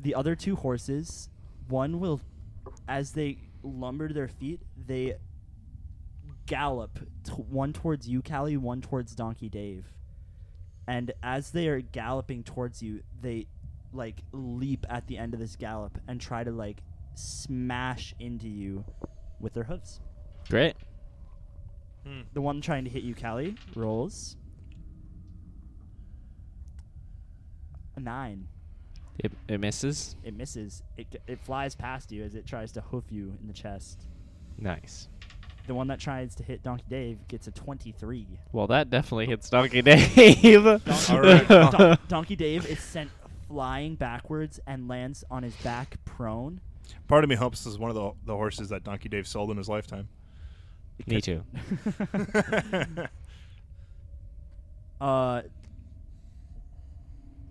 Speaker 3: the other two horses, one will as they lumber to their feet, they gallop t- one towards you, Callie, one towards Donkey Dave. And as they are galloping towards you, they like leap at the end of this gallop and try to like smash into you with their hooves.
Speaker 1: Great.
Speaker 3: The one trying to hit you, Callie, rolls a nine.
Speaker 1: It, it misses.
Speaker 3: It misses. It, g- it flies past you as it tries to hoof you in the chest.
Speaker 1: Nice.
Speaker 3: The one that tries to hit Donkey Dave gets a 23.
Speaker 1: Well, that definitely hits Donkey Dave.
Speaker 3: Donkey,
Speaker 2: All right.
Speaker 3: Don- Donkey Dave is sent flying backwards and lands on his back prone.
Speaker 2: Part of me hopes this is one of the, the horses that Donkey Dave sold in his lifetime.
Speaker 1: Me too.
Speaker 3: uh,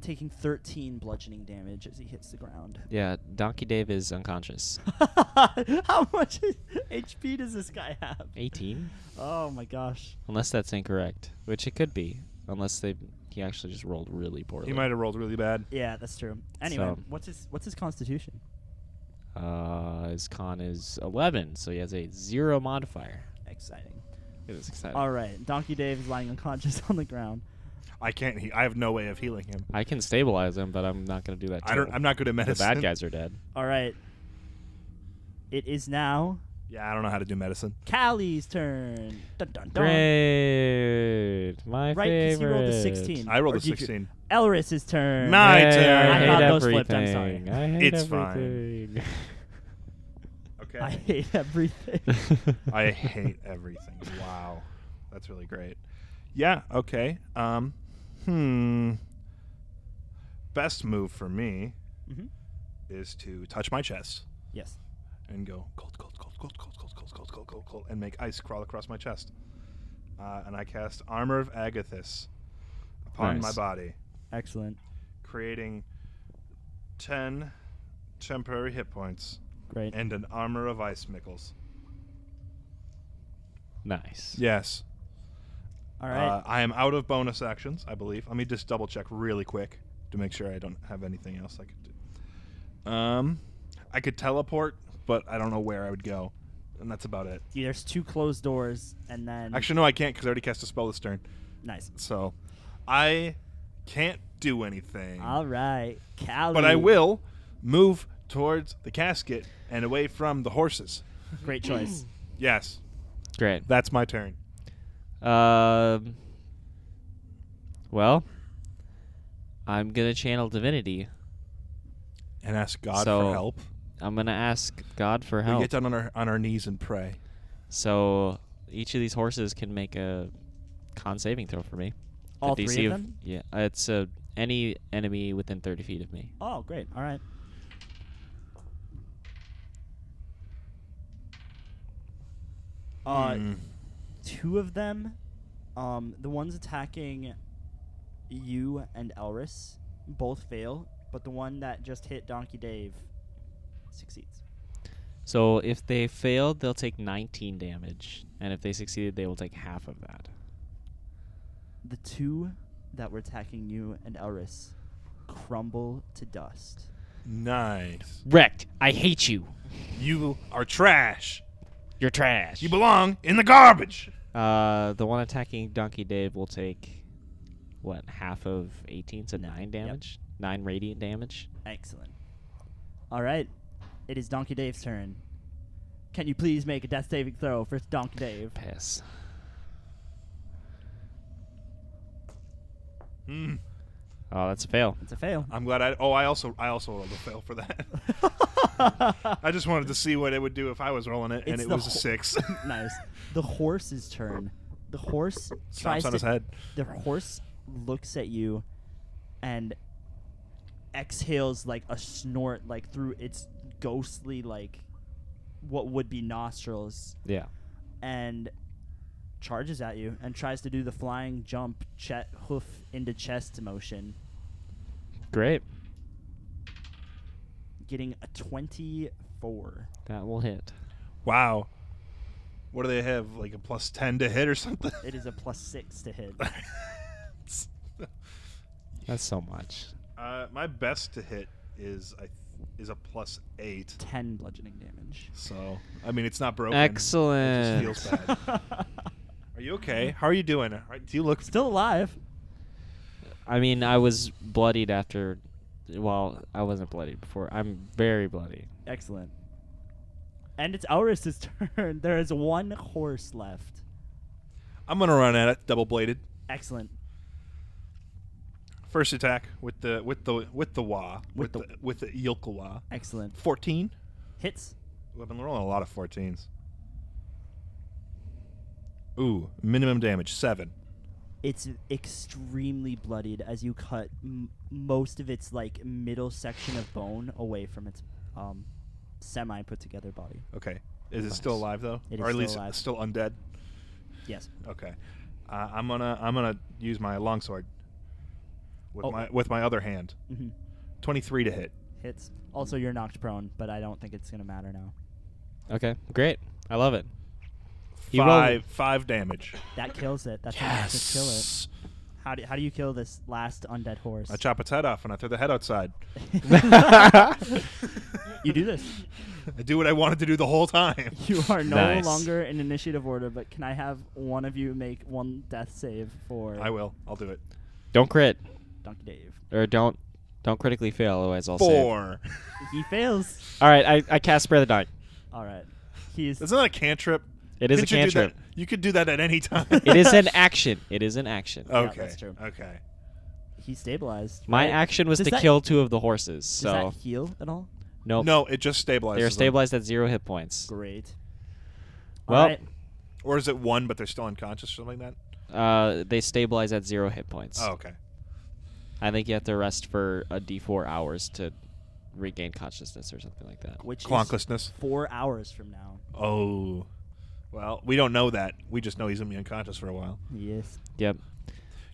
Speaker 3: taking 13 bludgeoning damage as he hits the ground.
Speaker 1: Yeah, Donkey Dave is unconscious.
Speaker 3: How much HP does this guy have?
Speaker 1: 18?
Speaker 3: Oh my gosh.
Speaker 1: Unless that's incorrect, which it could be, unless they he actually just rolled really poorly.
Speaker 2: he might have rolled really bad.
Speaker 3: Yeah, that's true. Anyway,
Speaker 1: So-
Speaker 3: what's his what's his constitution?
Speaker 1: Uh, his con is 11, so he has a zero modifier.
Speaker 3: Exciting.
Speaker 1: It is exciting.
Speaker 3: All right, Donkey Dave is lying unconscious on the ground.
Speaker 2: I can't. He- I have no way of healing him.
Speaker 1: I can stabilize him, but I'm not going to do that.
Speaker 2: I don't.
Speaker 1: till
Speaker 2: I'm not good at
Speaker 1: the
Speaker 2: medicine.
Speaker 1: bad guys are dead.
Speaker 3: All right. It is now
Speaker 2: Yeah, I don't know how to do medicine.
Speaker 3: Callie's turn. Dun, dun, dun.
Speaker 1: Great, my
Speaker 3: Right,
Speaker 1: favorite.
Speaker 3: because he rolled a 16.
Speaker 2: I rolled
Speaker 3: Or
Speaker 2: a
Speaker 3: did you-
Speaker 2: 16.
Speaker 3: Elris's turn.
Speaker 2: Nah. My
Speaker 1: Hey,
Speaker 2: turn.
Speaker 1: I,
Speaker 2: I
Speaker 1: hate
Speaker 2: thought
Speaker 3: those flipped, I'm sorry.
Speaker 1: everything. I hate
Speaker 2: It's fine.
Speaker 1: everything.
Speaker 2: Okay.
Speaker 3: I hate everything.
Speaker 2: I hate everything. Wow. That's really great. Yeah, okay. Um hmm. Best move for me
Speaker 3: Mhm.
Speaker 2: is to touch my chest
Speaker 3: Yes.
Speaker 2: and go cold, cold, cold, cold, cold, cold, cold, cold, cold, cold, cold, and make ice crawl across my chest. Uh, and I cast Armor of Agathis upon
Speaker 1: Nice.
Speaker 2: my body,
Speaker 3: Excellent.
Speaker 2: creating 10 temporary hit points
Speaker 3: Great.
Speaker 2: and an Armor of Ice Mickles.
Speaker 1: nice.
Speaker 2: Yes.
Speaker 3: All right.
Speaker 2: Uh, I am out of bonus actions, I believe. Let me just double check really quick to make sure I don't have anything else I could do. Um, I could teleport, but I don't know where I would go, and that's about it.
Speaker 3: Yeah, There's two closed doors, and then
Speaker 2: Actually, no, I can't because I already cast a spell this turn,
Speaker 3: nice.
Speaker 2: so I can't do anything.
Speaker 3: All right, Callie.
Speaker 2: but I will move towards the casket and away from the horses.
Speaker 3: Great choice.
Speaker 2: Yes,
Speaker 1: Great.
Speaker 2: that's my turn.
Speaker 1: Um. Well, I'm gonna channel divinity.
Speaker 2: And ask God
Speaker 1: So,
Speaker 2: for help.
Speaker 1: I'm gonna ask God for
Speaker 2: We
Speaker 1: help.
Speaker 2: get down on our on our knees and pray.
Speaker 1: So each of these horses can make a con saving throw for me.
Speaker 3: All
Speaker 1: A DC
Speaker 3: three of them?
Speaker 1: Yeah, uh, it's uh, any enemy within 30 feet of me.
Speaker 3: oh, great. All right. Uh,
Speaker 2: Hmm.
Speaker 3: two of them, um, the ones attacking you and Elris, both fail, but the one that just hit Donkey Dave succeeds.
Speaker 1: So if they failed, they'll take 19 damage, and if they succeeded, they will take half of that.
Speaker 3: The two that were attacking you and Elris crumble to dust.
Speaker 2: Nice.
Speaker 1: Wrecked. I hate you.
Speaker 2: You are trash.
Speaker 1: You're trash.
Speaker 2: You belong in the garbage.
Speaker 1: uh, the one attacking Donkey Dave will take what half of 18, so
Speaker 3: No.
Speaker 1: nine
Speaker 3: Yep.
Speaker 1: damage, nine radiant damage.
Speaker 3: Excellent. All right. It is Donkey Dave's turn. Can you please make a death saving throw for Donkey Dave?
Speaker 1: Pass.
Speaker 2: Mm.
Speaker 1: Oh, that's a fail.
Speaker 3: It's a fail.
Speaker 2: I'm glad I. Oh, I also I also rolled a fail for that. I just wanted to see what it would do if I was rolling it, and
Speaker 3: It's
Speaker 2: it
Speaker 3: the
Speaker 2: was a
Speaker 3: whole-
Speaker 2: six.
Speaker 3: nice. The horse's turn. The horse tries
Speaker 2: Stomps on
Speaker 3: to,
Speaker 2: his head.
Speaker 3: The horse looks at you and exhales like a snort like through its ghostly like what would be nostrils
Speaker 1: Yeah.
Speaker 3: and charges at you and tries to do the flying jump che- hoof into chest motion
Speaker 1: Great.
Speaker 3: getting a 24
Speaker 1: That will hit.
Speaker 2: Wow. What do they have? Like a plus ten to hit or something?
Speaker 3: it is a plus 6 to hit
Speaker 1: That's so much.
Speaker 2: uh, my best to hit is I th- is a plus eight.
Speaker 3: 10 bludgeoning damage
Speaker 2: So I mean, it's not broken.
Speaker 1: Excellent.
Speaker 2: It just feels bad. Are you okay? How are you doing? Are- Do you look?
Speaker 3: still alive
Speaker 1: I mean, I was bloodied after. Well, I wasn't bloodied before. I'm very bloody.
Speaker 3: excellent and it's Elris's turn there is one horse left
Speaker 2: I'm gonna run at it, double bladed.
Speaker 3: excellent
Speaker 2: First attack with the with the with the wah with,
Speaker 3: With the-
Speaker 2: the, with the Yilkawa.
Speaker 3: excellent
Speaker 2: Fourteen.
Speaker 3: hits
Speaker 2: Ooh, I've been rolling a lot of 14s. Ooh, minimum damage seven.
Speaker 3: it's extremely bloodied as you cut m- most of its like middle section of bone away from its um, semi put together body.
Speaker 2: Okay, is it still
Speaker 1: Nice.
Speaker 2: alive though,
Speaker 3: It is
Speaker 2: or at
Speaker 3: still
Speaker 2: least
Speaker 3: alive.
Speaker 2: still undead?
Speaker 3: Yes.
Speaker 2: Okay, uh, I'm gonna I'm gonna use my longsword with
Speaker 3: Oh.
Speaker 2: my with my other hand.
Speaker 3: hmm
Speaker 2: Twenty three to hit.
Speaker 3: Hits. Also, you're knocked prone, but I don't think it's gonna matter now.
Speaker 1: Okay, great. I love it. He rolled-
Speaker 2: Five five damage.
Speaker 3: That kills it. That's enough to kill it.
Speaker 2: Yes.
Speaker 3: How do, how do you kill this last undead horse?
Speaker 2: I chop its head off and I throw the head outside.
Speaker 3: you do this.
Speaker 2: I do what I wanted to do the whole time.
Speaker 3: You are no
Speaker 1: Nice.
Speaker 3: longer in initiative order, but can I have one of you make one death save for
Speaker 2: I will. I'll do it.
Speaker 1: Don't crit
Speaker 3: Donkey Dave.
Speaker 1: or don't don't critically fail. Otherwise, I'll save.
Speaker 2: Four.
Speaker 3: He fails.
Speaker 1: All right, I, I cast spare the dying.
Speaker 3: All right. He's
Speaker 2: Isn't that a cantrip?
Speaker 1: It is a
Speaker 2: Couldn't you do that-
Speaker 1: cantrip.
Speaker 2: You could do that Uh, at any time.
Speaker 1: It is an action. It is an action.
Speaker 2: Okay.
Speaker 3: that's true.
Speaker 2: Okay.
Speaker 3: he stabilized.
Speaker 1: My
Speaker 3: right?
Speaker 1: action was
Speaker 3: Does
Speaker 1: to
Speaker 3: that-
Speaker 1: kill two of the horses.
Speaker 3: Does
Speaker 1: So
Speaker 3: that heal at all?
Speaker 1: nope.
Speaker 2: No, it just stabilizes.
Speaker 1: they were
Speaker 2: them.
Speaker 1: stabilized at zero hit points.
Speaker 3: Great.
Speaker 1: Well-
Speaker 3: All right.
Speaker 2: Or is it one, but they're still unconscious or something like that?
Speaker 1: Uh, they stabilize at zero hit points.
Speaker 2: Oh, okay.
Speaker 1: I think you have to rest for a D4 hours to regain consciousness or something like that.
Speaker 3: which
Speaker 2: Clonklessness.
Speaker 3: is four hours from now.
Speaker 2: Oh. Well, we don't know that. We just know he's going to be unconscious for a while.
Speaker 3: Yes.
Speaker 1: Yep.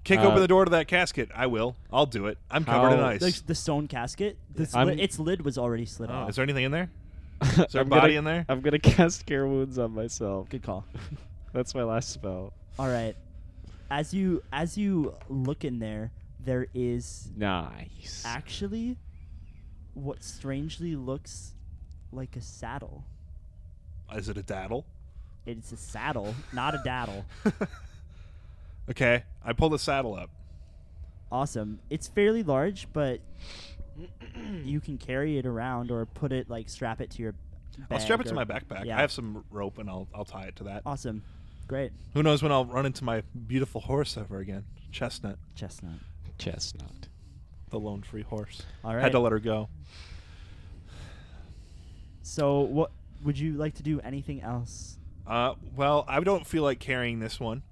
Speaker 2: Kick
Speaker 1: Uh,
Speaker 2: open the door to that casket. I will. I'll do it. I'm covered in
Speaker 1: How-
Speaker 2: ice.
Speaker 3: The, the stone casket. The
Speaker 1: Yeah. I'm-
Speaker 3: sli- its lid was already slid
Speaker 2: Oh,
Speaker 3: off.
Speaker 2: is there anything in there?
Speaker 1: Is
Speaker 2: there a body in there?
Speaker 1: I'm gonna cast Cure Wounds on myself.
Speaker 3: Good call.
Speaker 1: That's my last spell.
Speaker 3: All right. As you as you look in there, there is
Speaker 1: Nice.
Speaker 3: actually what strangely looks like a saddle.
Speaker 2: Is it a daddle?
Speaker 3: It's a saddle, not a daddle.
Speaker 2: Okay. I pull the saddle up.
Speaker 3: Awesome. It's fairly large, but you can carry it around or put it like strap it to your.
Speaker 2: I'll strap it
Speaker 3: bag
Speaker 2: to my
Speaker 3: or-
Speaker 2: backpack.
Speaker 3: Yeah.
Speaker 2: I have some rope and I'll, I'll tie it to that.
Speaker 3: Awesome. Great.
Speaker 2: Who knows when I'll run into my beautiful horse ever again? Chestnut,
Speaker 3: Chestnut.
Speaker 1: Chestnut.
Speaker 2: the lone free horse.
Speaker 3: All
Speaker 2: Had to
Speaker 3: right.
Speaker 2: let her go.
Speaker 3: So, what would you like to do? Anything else?
Speaker 2: Uh, well, I don't feel like carrying this one.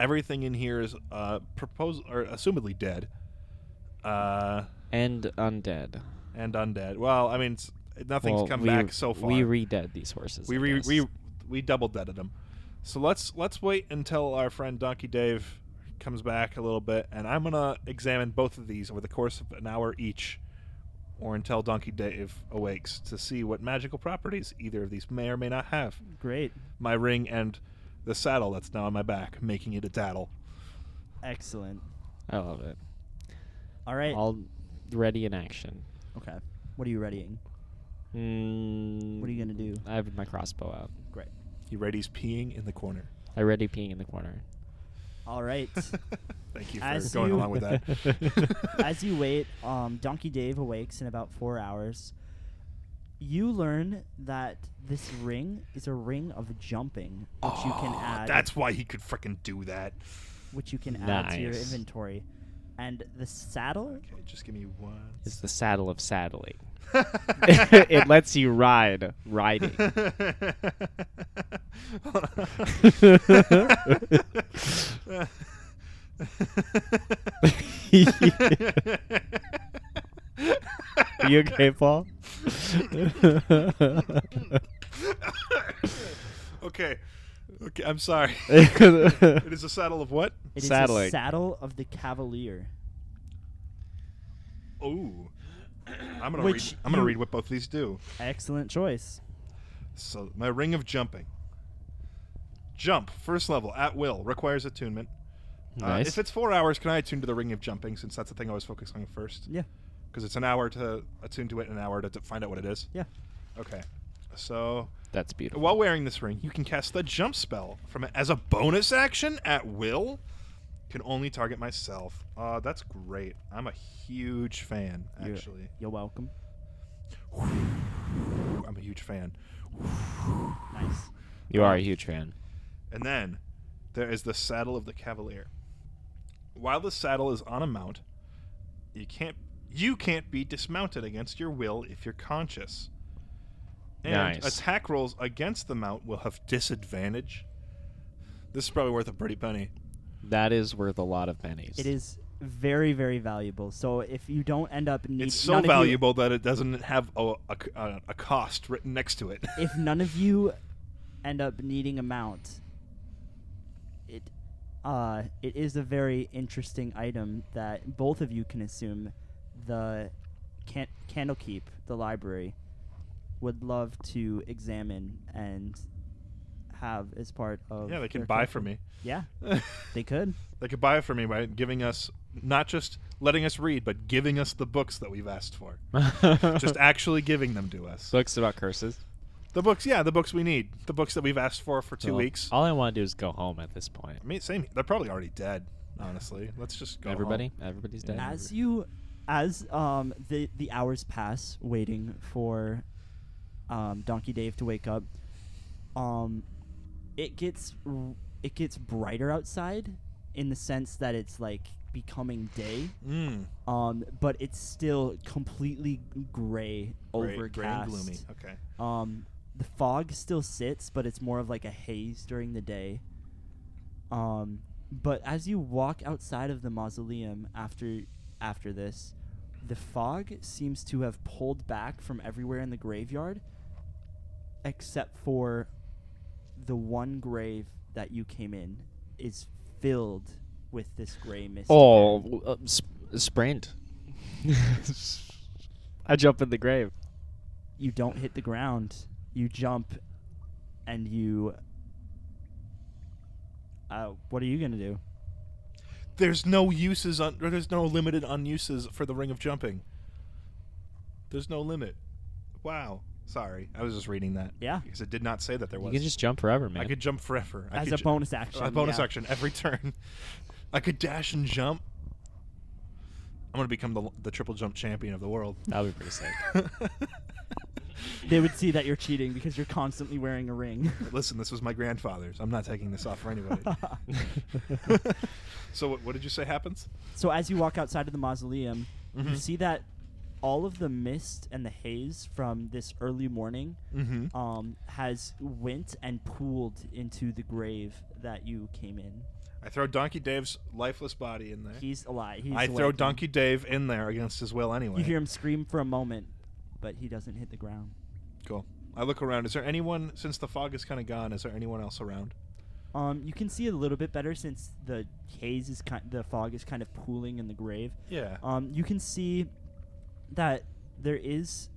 Speaker 2: Everything in here is uh, proposed or assumedly dead, uh,
Speaker 1: And undead.
Speaker 2: and undead. Well, I mean, it's, nothing's
Speaker 1: Well,
Speaker 2: come
Speaker 1: we-
Speaker 2: back so far.
Speaker 1: We re-dead these horses.
Speaker 2: we
Speaker 1: I
Speaker 2: re-
Speaker 1: guess.
Speaker 2: we we double deaded them. So let's let's wait until our friend Donkey Dave comes back a little bit, and I'm gonna examine both of these over the course of an hour each, or until Donkey Dave awakes to see what magical properties either of these may or may not have.
Speaker 3: Great.
Speaker 2: My ring and the saddle that's now on my back, making it a daddle.
Speaker 3: Excellent.
Speaker 1: I love it.
Speaker 3: All right.
Speaker 1: All ready in action.
Speaker 3: okay. What are you readying?
Speaker 1: Mm,
Speaker 3: What are you gonna do?
Speaker 1: I have my crossbow out.
Speaker 3: Great.
Speaker 2: He ready's peeing in the corner.
Speaker 1: I ready peeing in the corner.
Speaker 3: All right.
Speaker 2: Thank you for
Speaker 3: As
Speaker 2: going
Speaker 3: you-
Speaker 2: along with that.
Speaker 3: As you wait, um, Donkey Dave awakes in about four hours. You learn that this ring is a ring of jumping, which you can add.
Speaker 2: Oh, That's why he could freaking do that.
Speaker 3: which you can add to your
Speaker 1: Nice.
Speaker 3: inventory, and the saddle.
Speaker 2: Okay, just give me one.
Speaker 1: It's the saddle of saddling. it lets you ride riding. Are you okay, Paul?
Speaker 2: okay. Okay, I'm sorry.
Speaker 1: Uh,
Speaker 2: it
Speaker 1: it
Speaker 2: is a saddle of what?
Speaker 3: It is
Speaker 1: Saddling.
Speaker 3: a saddle of the cavalier.
Speaker 2: Oh. I'm gonna
Speaker 3: Which
Speaker 2: read I'm gonna
Speaker 3: you-
Speaker 2: read what both of these do.
Speaker 3: Excellent choice.
Speaker 2: So my ring of jumping. Jump, first level, at will, requires attunement. Uh,
Speaker 1: Nice.
Speaker 2: if it's four hours, can I attune to the ring of jumping since that's the thing I was focusing on first?
Speaker 3: Yeah,
Speaker 2: Because it's an hour to attune to it and an hour to t- find out what it is.
Speaker 3: yeah.
Speaker 2: Okay. So
Speaker 1: That's beautiful.
Speaker 2: while wearing this ring, you can cast the jump spell from it as a bonus action at will. Can only target myself. Uh, that's great. I'm a huge fan,
Speaker 3: You're-
Speaker 2: actually.
Speaker 3: you're welcome.
Speaker 2: I'm a huge fan.
Speaker 3: Nice.
Speaker 1: You are a huge fan.
Speaker 2: And then there is the saddle of the cavalier. While the saddle is on a mount, you can't you can't be dismounted against your will if you're conscious. And
Speaker 1: Nice.
Speaker 2: attack rolls against the mount will have disadvantage. This is probably worth a pretty penny.
Speaker 1: That is worth a lot of pennies.
Speaker 3: It is very, very valuable. So if you don't end up need,
Speaker 2: It's so
Speaker 3: none of you-
Speaker 2: valuable that it doesn't have a, a, a- a cost written next to it.
Speaker 3: if none of you end up needing a mount, it uh, it is a very interesting item that both of you can assume the can- Candlekeep, the library, would love to examine and have as part of.
Speaker 2: yeah, they can
Speaker 3: their
Speaker 2: buy
Speaker 3: collection.
Speaker 2: from me.
Speaker 3: Yeah,
Speaker 2: they
Speaker 3: they could.
Speaker 2: could buy it from me by giving us not just letting us read, but giving us the books that we've asked for. just actually giving them to us.
Speaker 1: books about curses.
Speaker 2: The books, yeah, the books we need, the books that we've asked for for two
Speaker 1: Well,
Speaker 2: weeks.
Speaker 1: All I want to do is go home at this point.
Speaker 2: I mean, same. They're probably already dead. honestly. Let's just go. home.
Speaker 1: Everybody, everybody's dead.
Speaker 3: As you, as um the the hours pass waiting for, um Donkey Dave to wake up, um, it gets r- it gets brighter outside, in the sense that it's like becoming day.
Speaker 2: Mm.
Speaker 3: Um, but it's still completely gray,
Speaker 2: Gray-
Speaker 3: overcast.
Speaker 2: Gray and Mm, gloomy. Okay.
Speaker 3: Um, the fog still sits, but it's more of like a haze during the day. Um, but as you walk outside of the mausoleum after after this, the fog seems to have pulled back from everywhere in the graveyard, except for the one grave that you came in is filled with this gray mist.
Speaker 1: Oh, w- uh, sp- sprint! I jump in the grave.
Speaker 3: you don't hit the ground. You jump, and you. Uh, what are you gonna do?
Speaker 2: There's no uses on. Or there's no limited unuses for the ring of jumping. There's no limit. Wow. Sorry, I was just reading that.
Speaker 3: Yeah.
Speaker 2: Because it did not say that there
Speaker 1: You
Speaker 2: was.
Speaker 1: can just jump forever, man.
Speaker 2: I could jump forever. I
Speaker 3: As
Speaker 2: could
Speaker 3: a
Speaker 2: ju-
Speaker 3: bonus action.
Speaker 2: A bonus
Speaker 3: yeah.
Speaker 2: action every turn. I could dash and jump. I'm gonna become the the triple jump champion of the world.
Speaker 1: That would be pretty sick.
Speaker 3: They would see that you're cheating because you're constantly wearing a ring.
Speaker 2: Listen, this was my grandfather's. I'm not taking this off for anybody. so what, what did you say happens?
Speaker 3: so as you walk outside of the mausoleum, you
Speaker 2: Mhm.
Speaker 3: see that all of the mist and the haze from this early morning
Speaker 2: Mm-hmm.
Speaker 3: um, has went and pooled into the grave that you came in.
Speaker 2: I throw Donkey Dave's lifeless body in there.
Speaker 3: He's alive. He's
Speaker 2: I throw
Speaker 3: awakened.
Speaker 2: Donkey Dave in there against his will anyway.
Speaker 3: You hear him scream for a moment, but he doesn't hit the ground.
Speaker 2: Cool. I look around. Is there anyone since the fog is kind of gone? Is there anyone else around?
Speaker 3: Um, you can see it a little bit better since the haze is kind, the fog is kind of pooling in the grave.
Speaker 2: Yeah.
Speaker 3: Um, you can see that there is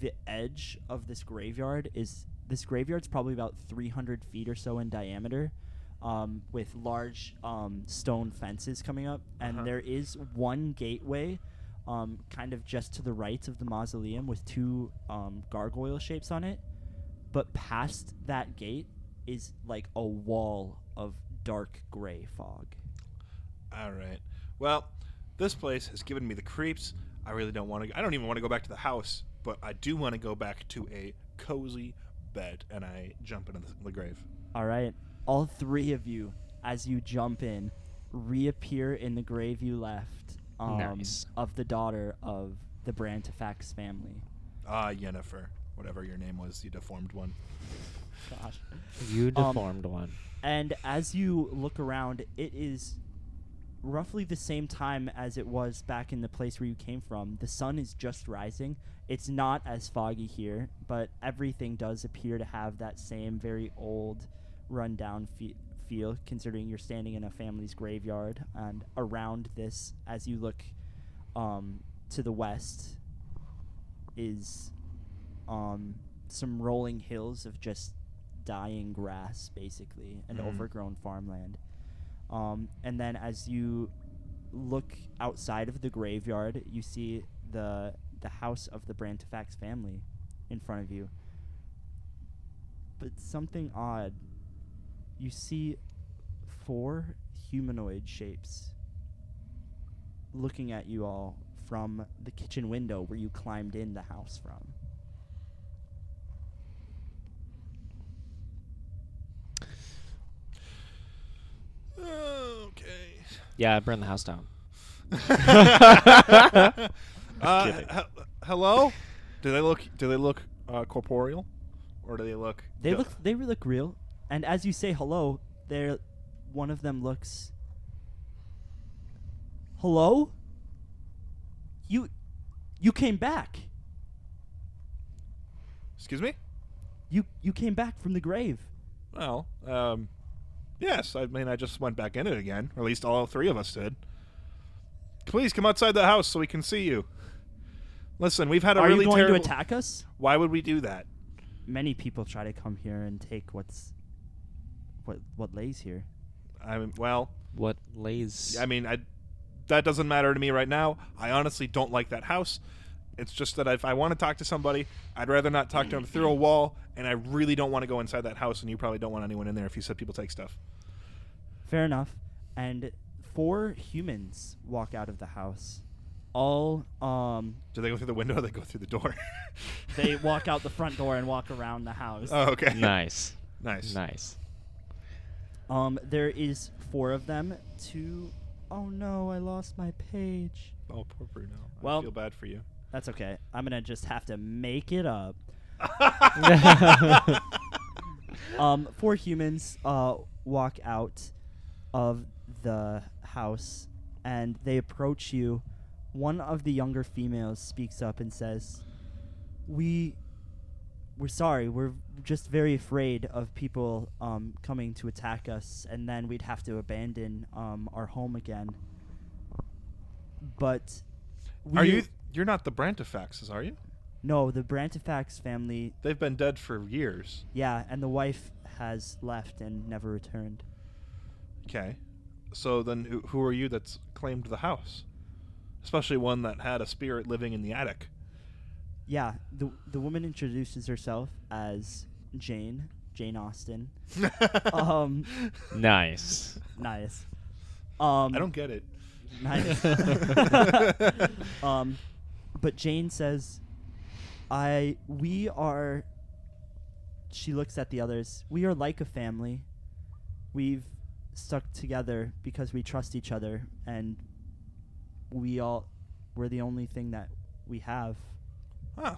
Speaker 3: the edge of this graveyard is this graveyard's probably about 300 feet or so in diameter, um, with large um, stone fences coming up, and
Speaker 2: Uh-huh.
Speaker 3: there is one gateway. Um, kind of just to the right of the mausoleum with two um, gargoyle shapes on it but past that gate is like a wall of dark gray fog.
Speaker 2: All right. Well, this place has given me the creeps. I really don't want to. I don't even want to go back to the house, but I do want to go back to a cozy bed, and I jump into the, the grave.
Speaker 3: All right, all three of you, as you jump in, reappear in the grave you left um,
Speaker 1: Nice.
Speaker 3: of the daughter of the Brantifax family.
Speaker 2: Ah, Yennefer, whatever your name was, you deformed one.
Speaker 3: Gosh.
Speaker 1: You
Speaker 3: Um,
Speaker 1: deformed one.
Speaker 3: And as you look around, it is roughly the same time as it was back in the place where you came from. The sun is just rising. It's not as foggy here, but everything does appear to have that same very old, rundown fe- feel, considering you're standing in a family's graveyard. And around this, as you look um, to the west, is um, some rolling hills of just dying grass, basically, and
Speaker 2: Mhm.
Speaker 3: overgrown farmland. Um, and then as you look outside of the graveyard, you see the the house of the Brantifax family in front of you. But something odd, you see four humanoid shapes looking at you all from the kitchen window where you climbed in the house from.
Speaker 2: Okay.
Speaker 1: Yeah, I burned the house down.
Speaker 2: uh,
Speaker 1: Kidding.
Speaker 2: he- hello. Do they look? Do they look uh, corporeal, or do they look?
Speaker 3: They look they re- look real, and as you say hello, they're one of them looks. Hello. You, you came back.
Speaker 2: Excuse me.
Speaker 3: You you came back from the grave.
Speaker 2: Well, um, yes. I mean, I just went back in it again. Or at least all three of us did. Please come outside the house so we can see you. Listen, we've had a
Speaker 3: Are
Speaker 2: really
Speaker 3: you going
Speaker 2: terrible.
Speaker 3: to attack us?
Speaker 2: Why would we do that?
Speaker 3: Many people try to come here and take what's, what what lays here.
Speaker 2: I mean, well,
Speaker 1: What lays?
Speaker 2: I mean, I that doesn't matter to me right now. I honestly don't like that house. It's just that if I want to talk to somebody, I'd rather not talk to them through
Speaker 3: Mm-hmm.
Speaker 2: a wall, and I really don't want to go inside that house. And you probably don't want anyone in there if you said people take stuff.
Speaker 3: Fair enough. and four humans walk out of the house. All um,
Speaker 2: Do they go through the window or they go through the door?
Speaker 3: they walk out the front door and walk around the house.
Speaker 2: Oh, okay.
Speaker 1: nice.
Speaker 2: Nice.
Speaker 1: Nice.
Speaker 3: Um, there is four of them. Two oh no, I lost my page.
Speaker 2: Oh, poor Bruno. I
Speaker 3: Well-
Speaker 2: feel bad for you.
Speaker 3: That's okay. I'm gonna just have to make it up. Um, four humans uh, walk out of the house and they approach you. One of the younger females speaks up and says, "We, we're sorry. We're just very afraid of people um, coming to attack us, and then we'd have to abandon um, our home again." But we
Speaker 2: Are you? You're not the Brantifaxes, are you?
Speaker 3: No, the Brantifax family
Speaker 2: They've been dead for years.
Speaker 3: Yeah, and the wife has left and never returned.
Speaker 2: Okay. So then, who, who are you that's claimed the house? Especially one that had a spirit living in the attic.
Speaker 3: Yeah, the the woman introduces herself as Jane, Jane Austen. Um,
Speaker 1: Nice.
Speaker 3: Nice. Um,
Speaker 2: I don't get it.
Speaker 3: Nice. um, but Jane says, "I we are." She looks at the others. We are like a family. We've stuck together because we trust each other, and we all we're the only thing that we have.
Speaker 2: Huh.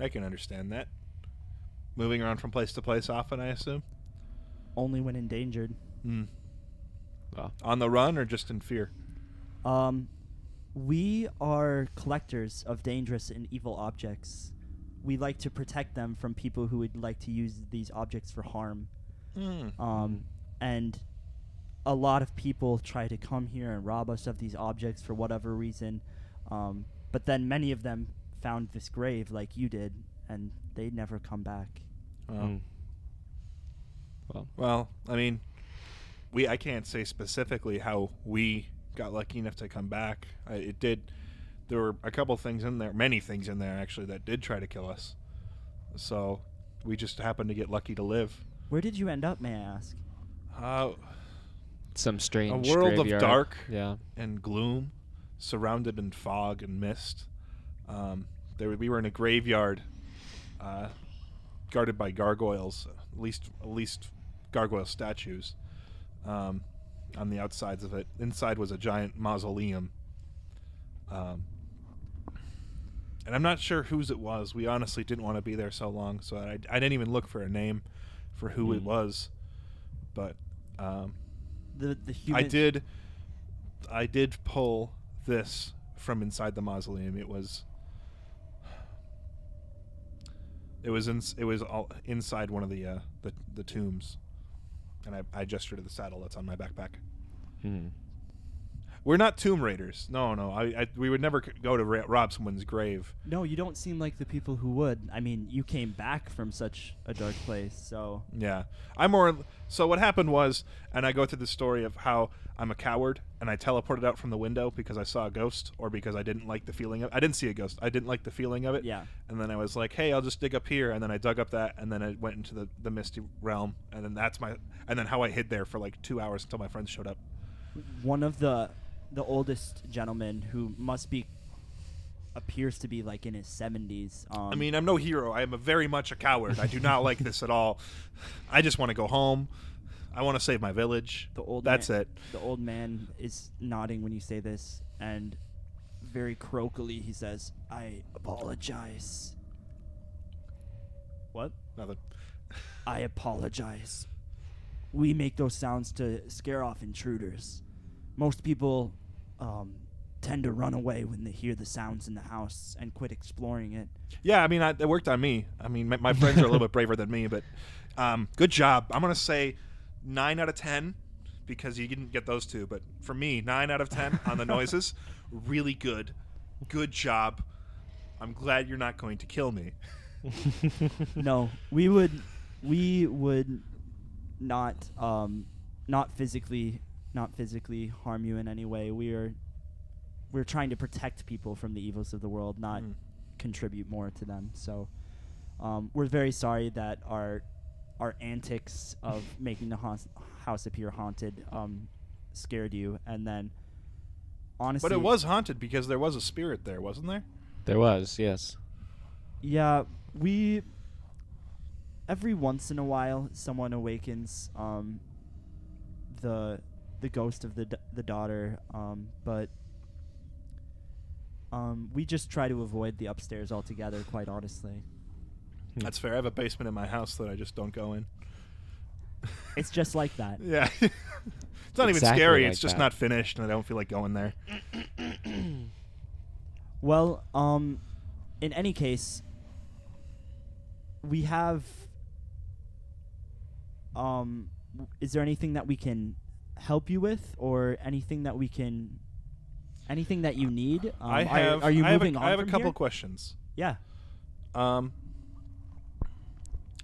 Speaker 2: I can understand that. Moving around from place to place often, I assume.
Speaker 3: Only when endangered.
Speaker 2: Hmm.
Speaker 1: Well,
Speaker 2: On the run or just in fear?
Speaker 3: Um, we are collectors of dangerous and evil objects. We like to protect them from people who would like to use these objects for harm.
Speaker 2: Hmm.
Speaker 3: Um, and a lot of people try to come here and rob us of these objects for whatever reason. Um, but then many of them found this grave, like you did, and they never come back.
Speaker 2: Well,
Speaker 1: mm. well,
Speaker 2: well, I mean, we I can't say specifically how we got lucky enough to come back. I, it did. There were a couple things in there, many things in there actually, that did try to kill us. So we just happened to get lucky to live.
Speaker 3: Where did you end up, may I ask?
Speaker 2: Uh,
Speaker 1: some strange
Speaker 2: world of
Speaker 1: graveyard.
Speaker 2: dark.
Speaker 1: Yeah.
Speaker 2: and gloom, surrounded in fog and mist. Um, there, we were in a graveyard, uh, guarded by gargoyles, at least at least gargoyle statues. Um, on the outsides of it, inside was a giant mausoleum. Um, and I'm not sure whose it was. We honestly didn't want to be there so long, so I, I didn't even look for a name for who it
Speaker 1: Mm.
Speaker 2: was. But um,
Speaker 3: The the human.
Speaker 2: I did. I did pull this from inside the mausoleum. It was. It was in, It was all inside one of the uh, the, the tombs, and I, I gestured to the saddle that's on my backpack.
Speaker 1: Hmm.
Speaker 2: We're not tomb raiders. No, no. I, I we would never c- go to ra- rob someone's grave.
Speaker 3: No, you don't seem like the people who would. I mean, you came back from such a dark place, so
Speaker 2: Yeah. I'm more so what happened was and I go through the story of how I'm a coward and I teleported out from the window because I saw a ghost or because I didn't like the feeling of I didn't see a ghost. I didn't like the feeling of it.
Speaker 3: Yeah.
Speaker 2: And then I was like, "Hey, I'll just dig up here." And then I dug up that and then I went into the the misty realm and then that's my and then how I hid there for like 2 hours until my friends showed up.
Speaker 3: one of the the oldest gentlemen who must be appears to be like in his 70s. Um,
Speaker 2: I mean, I'm no hero. I am a very much a coward. I do not like this at all. I just want to go home. I want to save my village.
Speaker 3: the old
Speaker 2: That's
Speaker 3: man,
Speaker 2: it.
Speaker 3: The old man is nodding when you say this, and very croakily he says, "I apologize. What?
Speaker 2: Nothing.
Speaker 3: I apologize. We make those sounds to scare off intruders. Most people um, tend to run away when they hear the sounds in the house and quit exploring it.
Speaker 2: Yeah, I mean, I, it worked on me. I mean, my, my friends are a little bit braver than me, but um, good job. I'm gonna say nine out of ten because you didn't get those two, but for me, nine out of ten on the noises. Really good, good job. I'm glad you're not going to kill me.
Speaker 3: no, we would, we would not, um, not physically, not physically harm you in any way. We are, we're trying to protect people from the evils of the world, not
Speaker 2: Mm.
Speaker 3: contribute more to them. So, um, we're very sorry that our, our antics of making the haunts, house appear haunted um, scared you, and then honestly,
Speaker 2: But it was haunted because there was a spirit there, wasn't there?
Speaker 1: There was, yes.
Speaker 3: Yeah, we every once in a while someone awakens um the the ghost of the d- the daughter um but um we just try to avoid the upstairs altogether quite honestly.
Speaker 1: Hmm.
Speaker 2: That's fair. I have a basement in my house that I just don't go in.
Speaker 3: It's just like that.
Speaker 2: Yeah. it's not even
Speaker 1: Exactly
Speaker 2: scary.
Speaker 1: like
Speaker 2: it's just
Speaker 1: that.
Speaker 2: not finished, and I don't feel like going there.
Speaker 3: Well, um, in any case, we have. Um, w- is there anything that we can help you with, or anything that we can, anything that you need? Um,
Speaker 2: I
Speaker 3: are-
Speaker 2: have.
Speaker 3: Are, you
Speaker 2: I have
Speaker 3: moving
Speaker 2: a,
Speaker 3: on?
Speaker 2: I have a
Speaker 3: from
Speaker 2: couple
Speaker 3: here?
Speaker 2: questions.
Speaker 3: yeah.
Speaker 2: Um,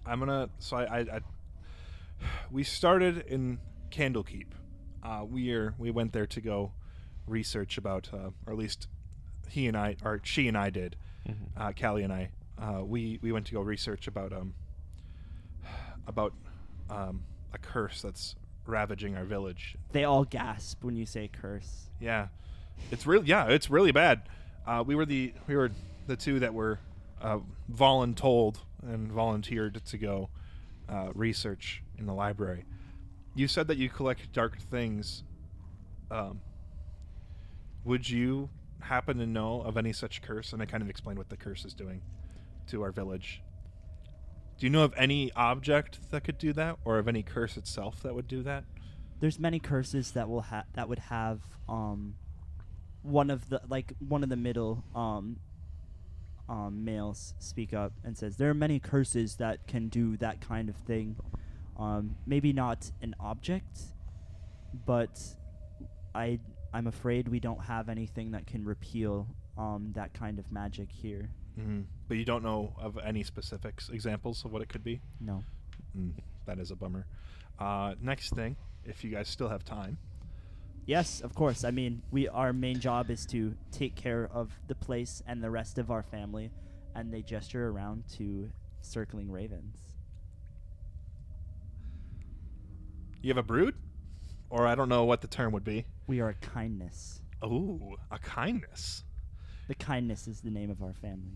Speaker 2: I'm gonna. So I, I, I we started in Candlekeep. Uh, we are. We went there to go research about, uh, or at least he and I, or she and I did. Uh, Callie and I. Uh, we we went to go research about um about um a curse that's ravaging our village.
Speaker 3: They all gasp when you say curse.
Speaker 2: Yeah, it's real. Yeah, it's really bad. Uh, we were the we were the two that were uh, voluntold and volunteered to go uh, research in the library. You said that you collect dark things. Um, would you happen to know of any such curse? And I kind of explained what the curse is doing to our village. Do you know of any object that could do that, or of any curse itself that would do that?
Speaker 3: There's many curses that will ha- that would have um, one of the like one of the middle um, um, males speak up and says there are many curses that can do that kind of thing. Um, maybe not an object, but I I'm afraid we don't have anything that can repeal um, that kind of magic here.
Speaker 2: Mm-hmm. But you don't know of any specifics examples of what it could be.
Speaker 3: No.
Speaker 2: Mm, that is a bummer. Uh, next thing, if you guys still have time,
Speaker 3: Yes, of course. I mean, we our main job is to take care of the place and the rest of our family, and they gesture around to circling ravens.
Speaker 2: you have a brood, or I don't know what the term would be.
Speaker 3: We are a kindness.
Speaker 2: Oh, a kindness.
Speaker 3: The kindness is the name of our family.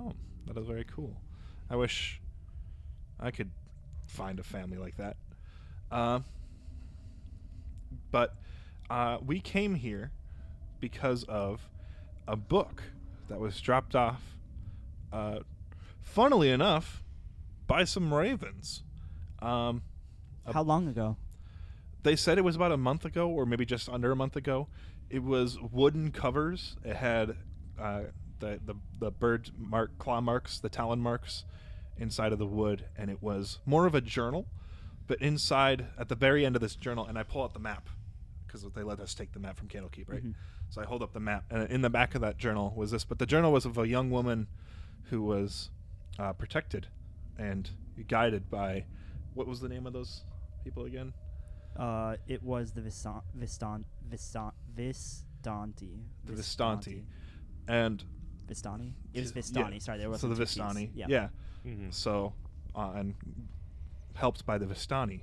Speaker 2: Oh, that is very cool. I wish I could find a family like that. Uh, but uh, we came here because of a book that was dropped off, uh, funnily enough, by some ravens. Um, a-
Speaker 3: How long ago?
Speaker 2: they said it was about a month ago or maybe just under a month ago it was wooden covers it had uh, the, the the bird mark claw marks the talon marks inside of the wood and it was more of a journal but inside at the very end of this journal and i pull out the map because they let us take the map from candlekeep right
Speaker 3: Mhm.
Speaker 2: so i hold up the map and in the back of that journal was this but the journal was of a young woman who was uh, protected and guided by what was the name of those people again
Speaker 3: Uh, it was the Vistan Vistan Vistan Vistanti.
Speaker 2: The Vistanti. and
Speaker 3: Vistani. It was
Speaker 2: Yeah.
Speaker 3: Vistani. Sorry, there was
Speaker 2: so the Vistani, yeah.
Speaker 1: Mm-hmm.
Speaker 2: So, uh, and helped by the Vistani.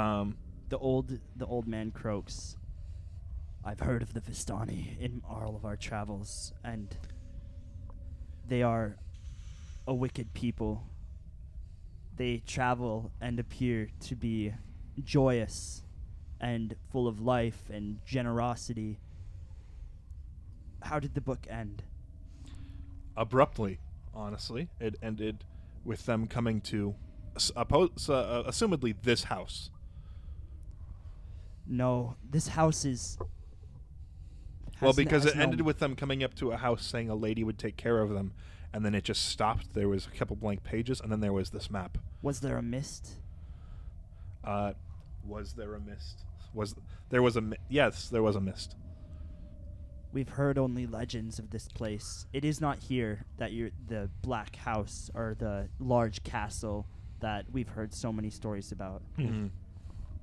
Speaker 2: Um,
Speaker 3: The old the old man croaks. I've heard of the Vistani in all of our travels, and they are a wicked people. They travel and appear to be joyous and full of life and generosity. How did the book end?
Speaker 2: abruptly, honestly, it ended with them coming to, suppo- s- uh, assumedly, this house.
Speaker 3: No, this house is.
Speaker 2: well,
Speaker 3: has n-
Speaker 2: because
Speaker 3: has
Speaker 2: it
Speaker 3: no-
Speaker 2: ended with them coming up to a house saying a lady would take care of them, and then it just stopped. There was a couple blank pages, and then there was this map.
Speaker 3: Was there a mist?
Speaker 2: Uh, was there a mist? Was there was a mi- yes? There was a mist.
Speaker 3: We've heard only legends of this place. It is not here that you the black house or the large castle that we've heard so many stories about.
Speaker 2: Mhm.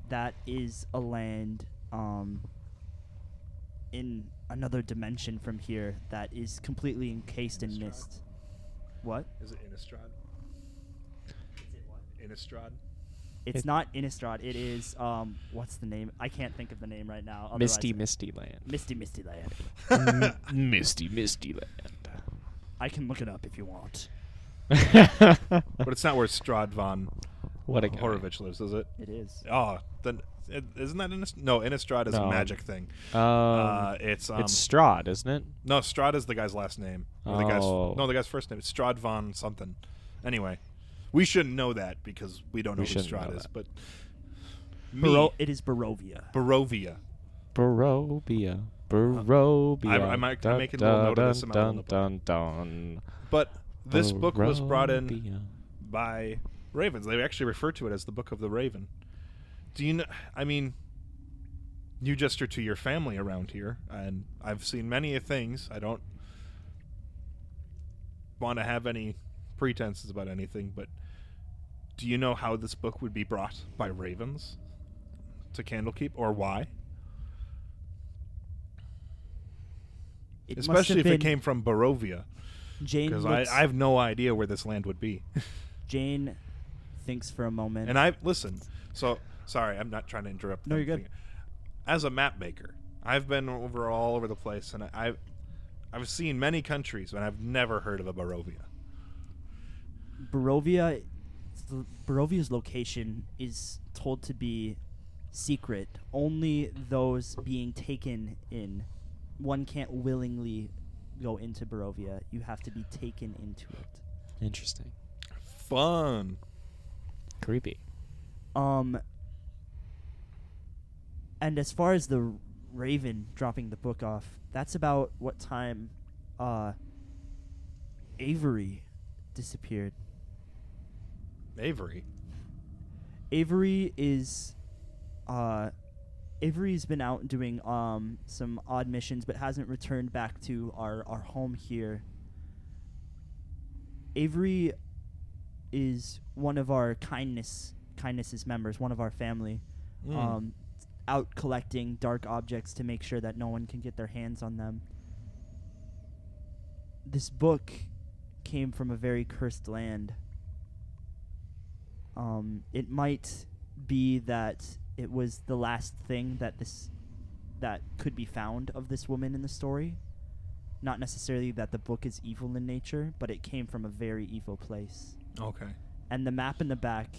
Speaker 3: That is a land um, in another dimension from here that is completely encased in
Speaker 2: Innistrad?
Speaker 3: mist. What?
Speaker 2: Is it Innistrad? Innistrad.
Speaker 3: It's
Speaker 1: It-
Speaker 3: not Innistrad. It is um, what's the name? I can't think of the name right now. otherwise-
Speaker 1: Misty, Misty Land.
Speaker 3: Misty, Misty Land.
Speaker 1: Mm. misty, Misty Land.
Speaker 3: I can look it up if you want.
Speaker 2: but it's not where Stradvan
Speaker 1: what a guy.
Speaker 2: Horovitch lives, is it?
Speaker 3: It is.
Speaker 2: Oh, then it- isn't that Innistrad? No, Innistrad is
Speaker 1: No.
Speaker 2: a magic thing.
Speaker 1: Um,
Speaker 2: uh, it's um,
Speaker 1: it's Strahd, isn't it?
Speaker 2: no Strad is the guy's last name. Or the guy's
Speaker 1: Oh.
Speaker 2: no, the guy's first name. It's Stradvan something. Anyway, we shouldn't know that because we don't know
Speaker 1: We
Speaker 2: who
Speaker 1: shouldn't
Speaker 2: Strad
Speaker 1: know
Speaker 2: is.
Speaker 1: that.
Speaker 2: But me,
Speaker 3: Baro- it is Barovia.
Speaker 2: Barovia.
Speaker 1: Barovia. Barovia.
Speaker 2: I- I might- I'm
Speaker 1: Dun,
Speaker 2: making a little note of this
Speaker 1: dun,
Speaker 2: in my
Speaker 1: dun,
Speaker 2: little
Speaker 1: dun, dun.
Speaker 2: But this book was brought in
Speaker 1: Barovia.
Speaker 2: by ravens. They actually refer to it as the Book of the Raven. Do you know? I mean, you gesture to your family around here, and I've seen many things. I don't want to have any pretenses about anything, but do you know how this book would be brought by ravens to Candlekeep, or why?
Speaker 3: It must have
Speaker 2: Especially if it
Speaker 3: been
Speaker 2: came from Barovia,
Speaker 3: Jane
Speaker 2: because I,
Speaker 3: looks-
Speaker 2: I have no idea where this land would be.
Speaker 3: Jane thinks for a moment.
Speaker 2: And I listen. So sorry, I'm not trying to interrupt.
Speaker 3: No,
Speaker 2: the
Speaker 3: you're
Speaker 2: thing.
Speaker 3: good.
Speaker 2: As a map maker, I've been over all over the place, and I've I've seen many countries, and I've never heard of a Barovia.
Speaker 3: Barovia, Barovia's location is told to be secret. Only those being taken in, one can't willingly go into Barovia. You have to be taken into it.
Speaker 1: Interesting.
Speaker 2: Fun.
Speaker 1: Creepy.
Speaker 3: Um. And as far as the Raven dropping the book off, that's about what time, uh. Avery disappeared.
Speaker 2: Avery.
Speaker 3: Avery is uh Avery's been out doing um some odd missions but hasn't returned back to our our home here. Avery is one of our kindness kindnesses members, one of our family.
Speaker 2: Mm.
Speaker 3: Um out collecting dark objects to make sure that no one can get their hands on them. This book came from a very cursed land. Um, it might be that it was the last thing that this that could be found of this woman in the story. Not necessarily that the book is evil in nature, but it came from a very evil place.
Speaker 2: Okay.
Speaker 3: And the map in the back,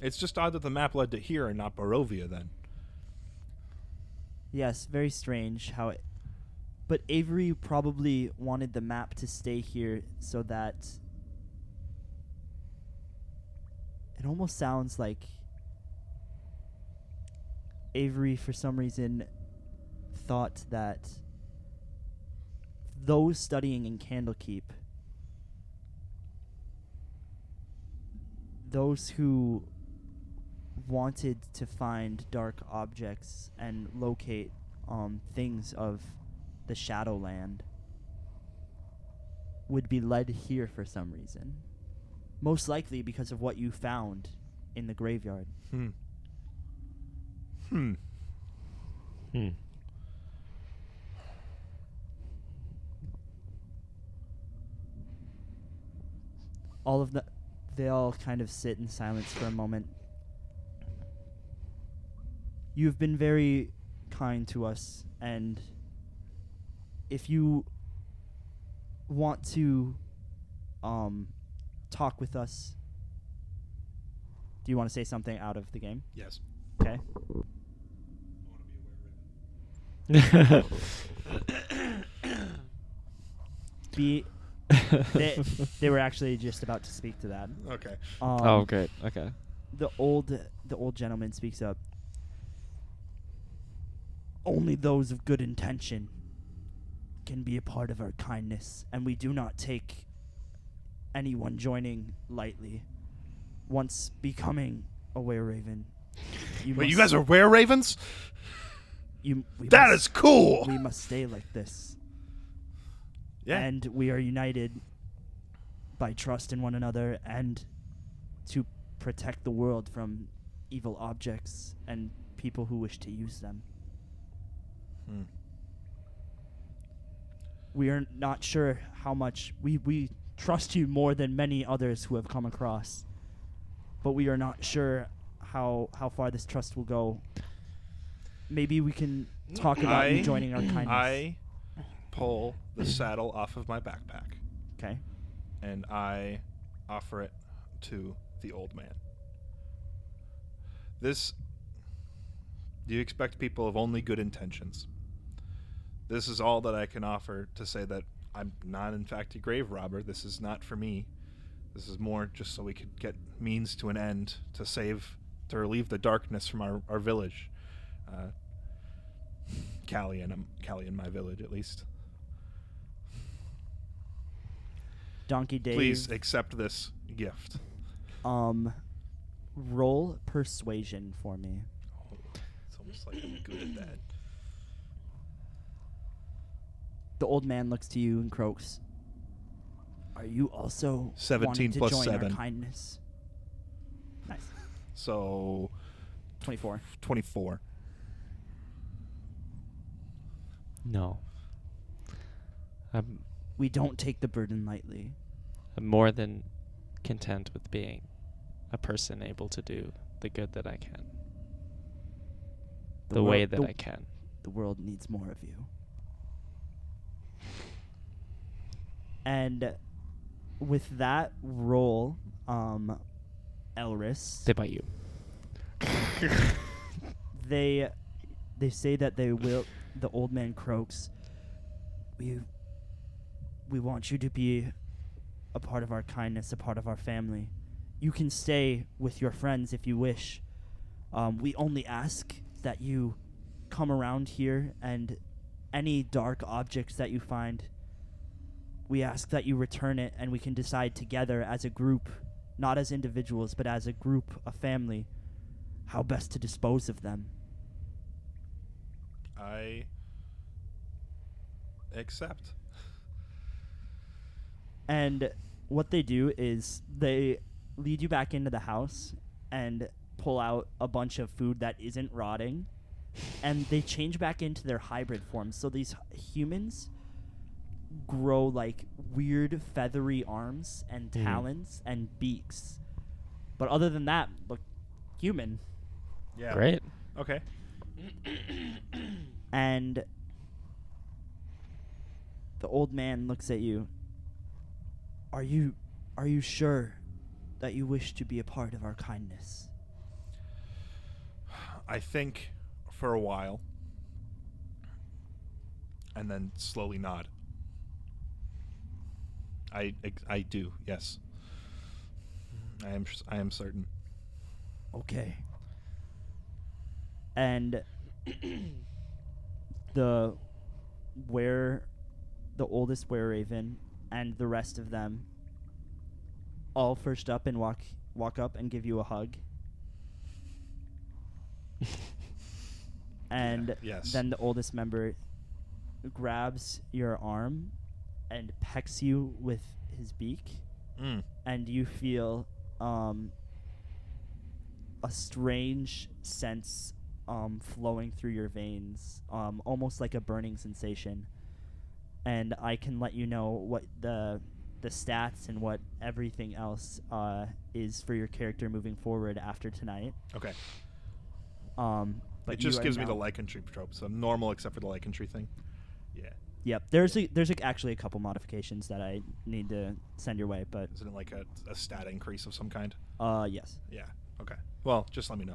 Speaker 2: It's just odd that the map led to here and not Barovia. Then
Speaker 3: yes, very strange how it. But Avery probably wanted the map to stay here so that it almost sounds like Avery, for some reason, thought that those studying in Candlekeep, those who wanted to find dark objects and locate um, things of the Shadowland, would be led here for some reason. Most likely because of what you found in the graveyard.
Speaker 2: Hmm. Hmm.
Speaker 1: Hmm.
Speaker 3: all of the they all kind of sit in silence for a moment. You've been very kind to us and if you want to um talk with us do you want to say something out of the game?
Speaker 2: Yes.
Speaker 3: Okay. Be they, they were actually just about to speak to that.
Speaker 2: Okay.
Speaker 3: Um,
Speaker 1: oh, great. Okay.
Speaker 3: the old the old gentleman speaks up. Only those of good intention can be a part of our kindness, and we do not take anyone joining lightly. Once becoming a were raven, you,
Speaker 2: Wait,
Speaker 3: must,
Speaker 2: you guys are were ravens?
Speaker 3: you, we
Speaker 2: That
Speaker 3: must-
Speaker 2: is cool.
Speaker 3: We must stay like this,
Speaker 2: yeah.
Speaker 3: and we are united by trust in one another and to protect the world from evil objects and people who wish to use them.
Speaker 2: Hmm.
Speaker 3: we are not sure how much we, we trust you more than many others who have come across. but we are not sure how how far this trust will go. Maybe we can talk about you
Speaker 2: I-
Speaker 3: joining our kindness.
Speaker 2: I pull the saddle off of my backpack
Speaker 3: okay.
Speaker 2: and I offer it to the old man. This. You expect people of only good intentions. This is all that I can offer to say that I'm not, in fact, a grave robber. This is not for me. This is more just so we could get means to an end to save, to relieve the darkness from our, our village. Uh, Callie, and, um, Callie and my village, at least.
Speaker 3: Donkey Dave.
Speaker 2: Please accept this gift.
Speaker 3: Um, roll persuasion for me.
Speaker 2: Oh, It's almost like I'm good at that.
Speaker 3: The old man looks to you and croaks. Are you also
Speaker 2: 17
Speaker 3: wanting to
Speaker 2: plus
Speaker 3: join
Speaker 2: seven.
Speaker 3: Our kindness. Nice.
Speaker 2: So,
Speaker 3: Twenty-four.
Speaker 2: 24.
Speaker 1: No.
Speaker 4: I'm,
Speaker 3: We don't take the burden lightly.
Speaker 4: I'm more than content with being a person able to do the good that I can, the,
Speaker 3: wor-
Speaker 4: way that
Speaker 3: the,
Speaker 4: I can.
Speaker 3: The world needs more of you. And with that roll, um, Elris,
Speaker 4: They bite you.
Speaker 3: they they say that they will the old man croaks we we want you to be a part of our kindness a part of our family you can stay with your friends if you wish um, we only ask that you come around here and any dark objects that you find we ask that you return it and we can decide together as a group not as individuals but as a group a family how best to dispose of them
Speaker 2: I accept.
Speaker 3: And what they do is they lead you back into the house and pull out a bunch of food that isn't rotting. And they change back into their hybrid forms. So these h- humans grow like weird feathery arms and
Speaker 1: Mhm.
Speaker 3: talons and beaks. But other than that, look human.
Speaker 2: Yeah.
Speaker 4: Great.
Speaker 2: Okay.
Speaker 3: And the old man looks at you. Are you are you sure that you wish to be a part of our kindness?
Speaker 2: I think for a while and then slowly nod. I ex- I do. Yes. I am s- I am certain.
Speaker 3: Okay. And the where the oldest were raven and the rest of them all first up and walk walk up and give you a hug. and
Speaker 2: yes.
Speaker 3: then the oldest member grabs your arm and pecks you with his beak
Speaker 2: Mm.
Speaker 3: and you feel um, a strange sense um, flowing through your veins, um, almost like a burning sensation. And I can let you know what the the stats and what everything else uh, is for your character moving forward after tonight.
Speaker 2: Okay.
Speaker 3: Um, but
Speaker 2: it just
Speaker 3: you are
Speaker 2: gives me the
Speaker 3: now-
Speaker 2: lycantry trope. So I'm normal except for the lycantry thing. Yeah.
Speaker 3: Yep, there's a, there's a, actually a couple modifications that I need to send your way, but
Speaker 2: Isn't it like a, a stat increase of some kind?
Speaker 3: uh, yes.
Speaker 2: Yeah. Okay. Well, just let me know.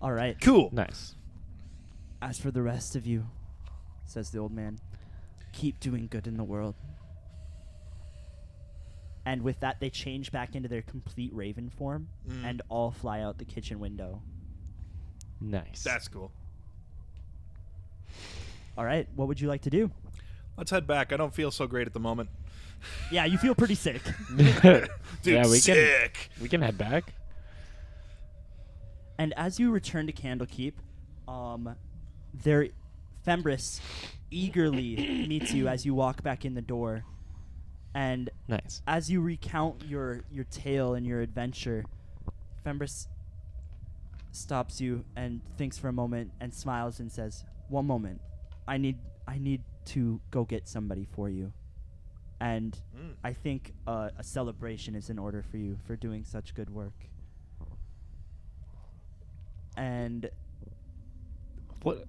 Speaker 3: All right.
Speaker 2: Cool.
Speaker 4: Nice.
Speaker 3: As for the rest of you, says the old man, keep doing good in the world. And with that, they change back into their complete raven form
Speaker 2: Mm.
Speaker 3: and all fly out the kitchen window.
Speaker 4: Nice.
Speaker 2: That's cool.
Speaker 3: All right, what would you like to do?
Speaker 2: Let's head back. I don't feel so great at the moment.
Speaker 3: Yeah, you feel pretty sick.
Speaker 2: Dude,
Speaker 4: Yeah, we can-
Speaker 2: sick.
Speaker 4: we can head back.
Speaker 3: And as you return to Candlekeep, um, there, Fembris eagerly meets you as you walk back in the door, and
Speaker 4: Nice.
Speaker 3: as you recount your your tale and your adventure, Fembris stops you and thinks for a moment and smiles and says, "One moment, I need I need to go get somebody for you, and
Speaker 2: Mm.
Speaker 3: I think uh, a celebration is in order for you for doing such good work." and
Speaker 1: What?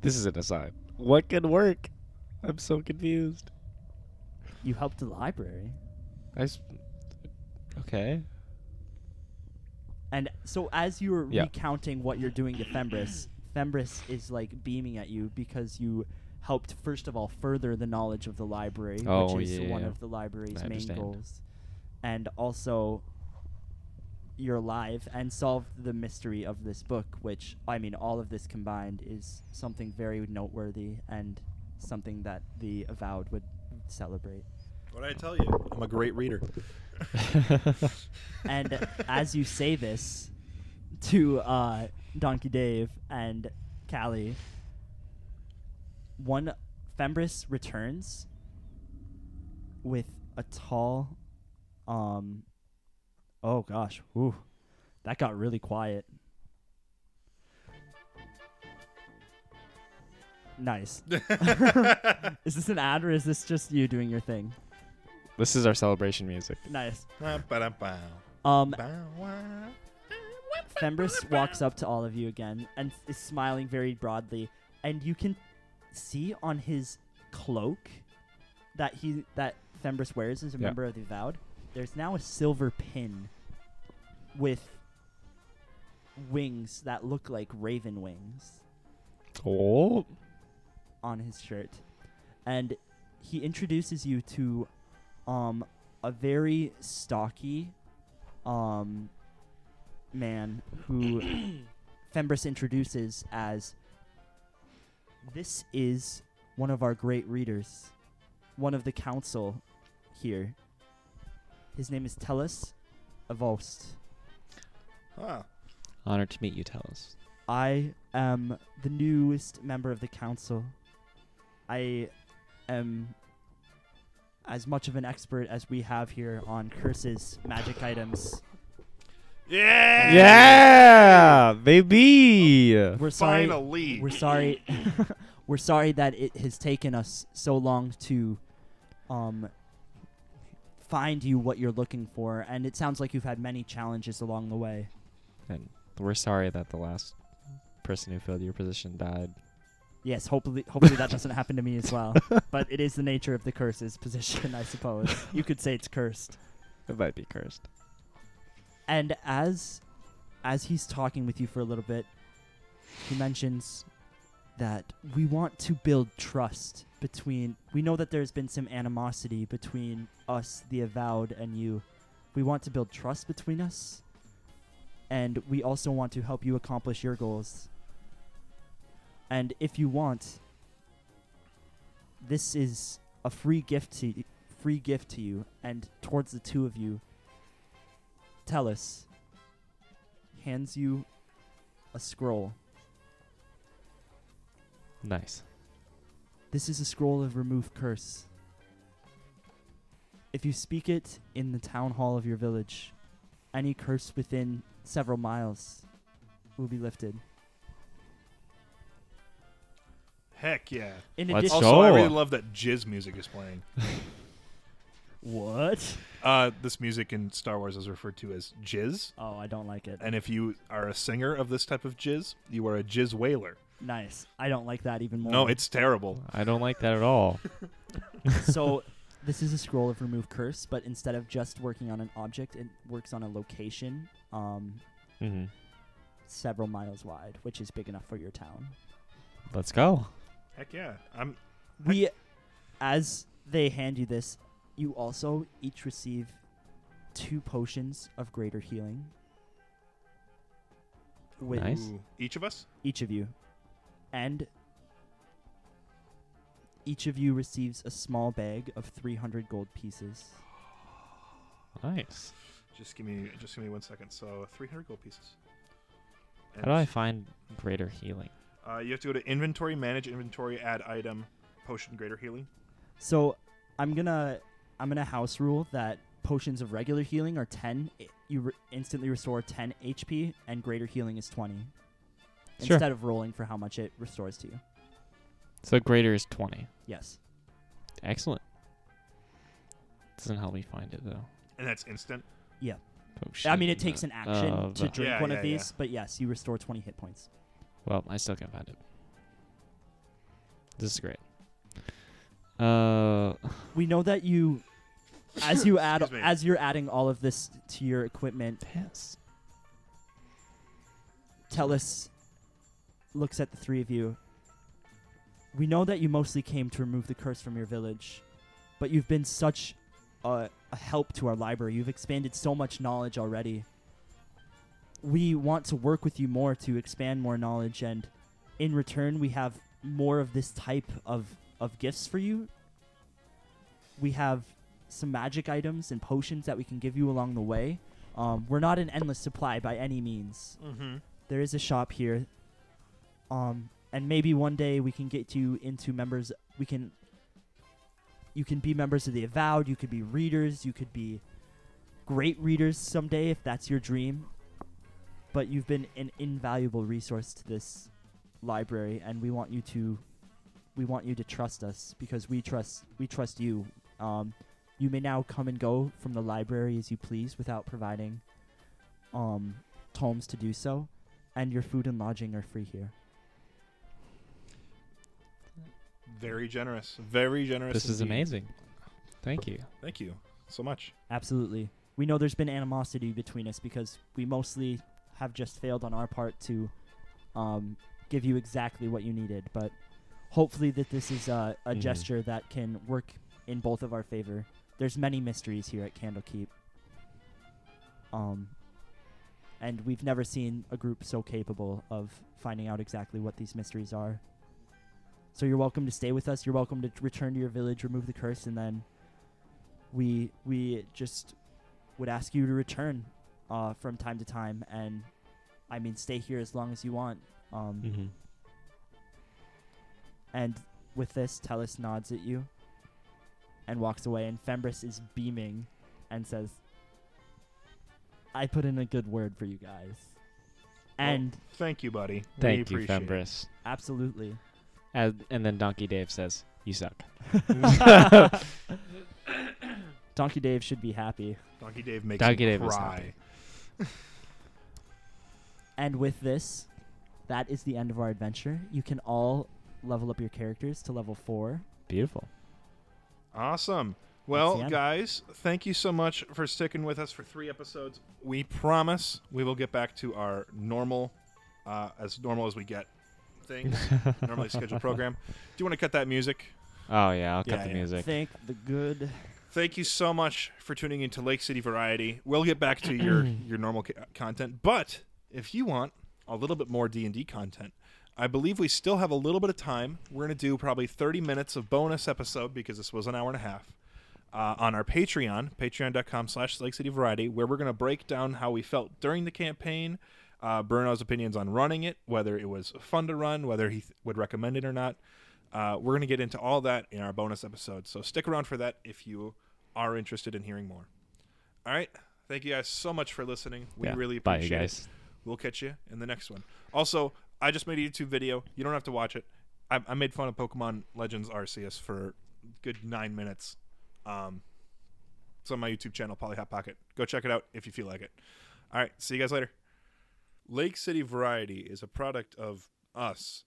Speaker 1: This is an aside. What could work? I'm so confused.
Speaker 3: you helped the library.
Speaker 4: I. s- Okay.
Speaker 3: And so as you were
Speaker 1: Yeah.
Speaker 3: recounting what you're doing to Fembris, Fembris is like beaming at you because you helped first of all further the knowledge of the library,
Speaker 1: Oh,
Speaker 3: which is
Speaker 1: yeah,
Speaker 3: one
Speaker 1: yeah.
Speaker 3: of the
Speaker 4: I
Speaker 3: library's main
Speaker 4: understand.
Speaker 3: goals. And also you're alive and solved the mystery of this book, which I mean all of this combined is something very noteworthy and something that the avowed would celebrate.
Speaker 2: What I tell you? I'm a great reader.
Speaker 3: and as you say this to uh, Donkey Dave and Callie, one Fembris returns with a tall, um, oh gosh, whew, that got really quiet. Nice. is this an ad or is this just you doing your thing?
Speaker 4: This is our celebration music.
Speaker 3: Nice.
Speaker 2: Ba-da-bow.
Speaker 3: Um,
Speaker 2: Bow wow.
Speaker 3: Fembris walks up to all of you again and is smiling very broadly, and you can see on his cloak that he that Fembris wears as a
Speaker 1: Yeah.
Speaker 3: member of the Avowed. There's now a silver pin with wings that look like raven wings
Speaker 1: Oh,
Speaker 3: on his shirt, and he introduces you to um, a very stocky um, man who Fembris introduces as this is one of our great readers, one of the council here. His name is Tellus Avost.
Speaker 2: Huh.
Speaker 1: honored to meet you, Talos.
Speaker 3: I am the newest member of the council. I am as much of an expert as we have here on curses, magic items.
Speaker 2: Yeah.
Speaker 1: Yeah, baby.
Speaker 3: We're sorry.
Speaker 2: Finally.
Speaker 3: We're sorry. we're sorry that it has taken us so long to um find you what you're looking for and it sounds like you've had many challenges along the way.
Speaker 4: And we're sorry that the last person who filled your position died.
Speaker 3: Yes, hopefully, hopefully that doesn't happen to me as well. But it is the nature of the curses position, I suppose. You could say it's cursed.
Speaker 4: It might be cursed.
Speaker 3: And as, as he's talking with you for a little bit, he mentions that we want to build trust between. We know that there's been some animosity between us, the avowed, and you. We want to build trust between us, and we also want to help you accomplish your goals. And if you want, this is a free gift to free gift to you and towards the two of you. Tellus hands you a scroll.
Speaker 4: Nice.
Speaker 3: This is a scroll of remove curse. If you speak it in the town hall of your village, any curse within several miles will be lifted.
Speaker 2: Heck yeah.
Speaker 3: In
Speaker 4: Let's
Speaker 3: addition,
Speaker 2: Also, I
Speaker 1: Sure.
Speaker 2: really love that jizz music is playing.
Speaker 3: what?
Speaker 2: Uh, this music in Star Wars is referred to as jizz,
Speaker 3: Oh, I don't like it.
Speaker 2: and if you are a singer of this type of jizz, you are a jizz whaler.
Speaker 3: Nice. I don't like that even more.
Speaker 4: Mm.
Speaker 2: No, it's terrible.
Speaker 4: I don't like that at all.
Speaker 3: so this is a scroll of remove curse, but instead of just working on an object, it works on a location um,
Speaker 4: hmm
Speaker 3: several miles wide, which is big enough for your town.
Speaker 4: Let's go.
Speaker 2: Heck yeah. I'm
Speaker 3: We, as they hand you this, you also each receive two potions of greater healing. With
Speaker 4: Nice.
Speaker 2: Ooh. each of us.
Speaker 3: each of you, and each of you receives a small bag of 300 gold pieces.
Speaker 4: Nice.
Speaker 2: Just give me, just give me one second. So, 300 gold pieces.
Speaker 4: How do I find greater healing?
Speaker 2: Uh, you have to go to inventory, manage inventory, add item, potion, greater healing.
Speaker 3: So I'm gonna I'm gonna house rule that potions of regular healing are 10. I- You re- instantly restore 10 HP, and greater healing is 20.
Speaker 4: Sure.
Speaker 3: Instead of rolling for how much it restores to you.
Speaker 4: So greater is 20.
Speaker 3: Yes.
Speaker 4: Excellent. Doesn't help me find it though. Oh,
Speaker 2: And that's instant.
Speaker 3: I mean, it takes an
Speaker 1: Uh,
Speaker 3: action
Speaker 4: Of-
Speaker 3: to drink
Speaker 2: Yeah,
Speaker 3: one
Speaker 2: yeah,
Speaker 3: of
Speaker 2: yeah.
Speaker 3: these, but yes, you restore 20 hit points.
Speaker 4: Well, I still can't find it. This is great. Uh,
Speaker 3: We know that you, as you add,
Speaker 2: Excuse me.
Speaker 3: as you're adding all of this to your equipment,
Speaker 4: yes.
Speaker 3: Tellus looks at the three of you. We know that you mostly came to remove the curse from your village, but you've been such a, a help to our library. You've expanded so much knowledge already. We want to work with you more to expand more knowledge, and in return, we have more of this type of, of gifts for you. We have some magic items and potions that we can give you along the way. Um, we're not an endless supply by any means
Speaker 2: Mm-hmm.
Speaker 3: there is a shop here. Um, and maybe one day we can get you into members. We can. You can be members of the Avowed. You could be readers. You could be great readers someday if that's your dream. But you've been an invaluable resource to this library, and we want you to. We want you to trust us because we trust we trust you. Um, you may now come and go from the library as you please without providing um, tomes to do so and your food and lodging are free here.
Speaker 2: Very generous. Very generous.
Speaker 4: This is
Speaker 2: indeed.
Speaker 4: amazing. Thank you.
Speaker 2: Thank you so much.
Speaker 3: Absolutely. We know there's been animosity between us because we mostly have just failed on our part to um, give you exactly what you needed, but hopefully that this is uh, a
Speaker 4: Mhm.
Speaker 3: gesture that can work in both of our favor. There's many mysteries here at Candlekeep. Um and we've never seen a group so capable of finding out exactly what these mysteries are. So you're welcome to stay with us. You're welcome to t- return to your village, remove the curse, and then we we just would ask you to return uh, from time to time. And I mean, stay here as long as you want. Um,
Speaker 4: Mm-hmm.
Speaker 3: And with this, Tellus nods at you and walks away. And Fembris is beaming and says, "I put in a good word for you guys." And
Speaker 2: Thank you, buddy.
Speaker 4: Thank
Speaker 2: we
Speaker 4: you,
Speaker 2: appreciate it.
Speaker 4: Fembris.
Speaker 3: absolutely.
Speaker 4: And, and then Donkey Dave says, "You suck."
Speaker 3: Donkey Dave should be happy.
Speaker 2: Donkey Dave makes
Speaker 4: Donkey
Speaker 2: him
Speaker 4: Dave is
Speaker 2: cry.
Speaker 4: happy.
Speaker 3: And with this, that is the end of our adventure. You can all level up your characters to level four.
Speaker 4: Beautiful.
Speaker 2: Awesome.
Speaker 3: the
Speaker 2: Well,
Speaker 3: end.
Speaker 2: guys, thank you so much for sticking with us for three episodes. We promise we will get back to our normal, uh, as normal as we get, things. normally scheduled program. Do you want to cut that music?
Speaker 4: Oh yeah, I'll cut
Speaker 2: Yeah,
Speaker 4: the
Speaker 2: yeah.
Speaker 4: music.
Speaker 3: Thank the good.
Speaker 2: Thank you so much for tuning into Lake City Variety. We'll get back to your your normal ca- content, but if you want a little bit more D and D content, I believe we still have a little bit of time. We're gonna do probably thirty minutes of bonus episode because this was an hour and a half. Uh, on our Patreon, patreon.com slash Lake City Variety, where we're going to break down how we felt during the campaign, uh, Bruno's opinions on running it, whether it was fun to run, whether he th- would recommend it or not. Uh, we're going to get into all that in our bonus episode. So stick around for that if you are interested in hearing more. All right. Thank you guys so much for listening. We
Speaker 4: Yeah.
Speaker 2: really
Speaker 4: Bye,
Speaker 2: appreciate
Speaker 4: you
Speaker 2: it.
Speaker 4: guys.
Speaker 2: We'll catch you in the next one. Also, I just made a YouTube video. You don't have to watch it. I, I made fun of Pokemon Legends Arceus for good nine minutes. Um, it's on my YouTube channel, Poly Hot Pocket. Go check it out if you feel like it. All right, see you guys later. Lake City Variety is a product of us,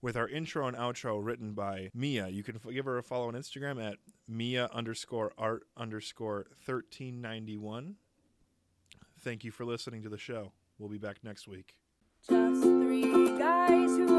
Speaker 2: with our intro and outro written by Mia. You can f- give her a follow on Instagram at Mia underscore art underscore thirteen ninety one. Thank you for listening to the show. We'll be back next week.
Speaker 5: Just three guys who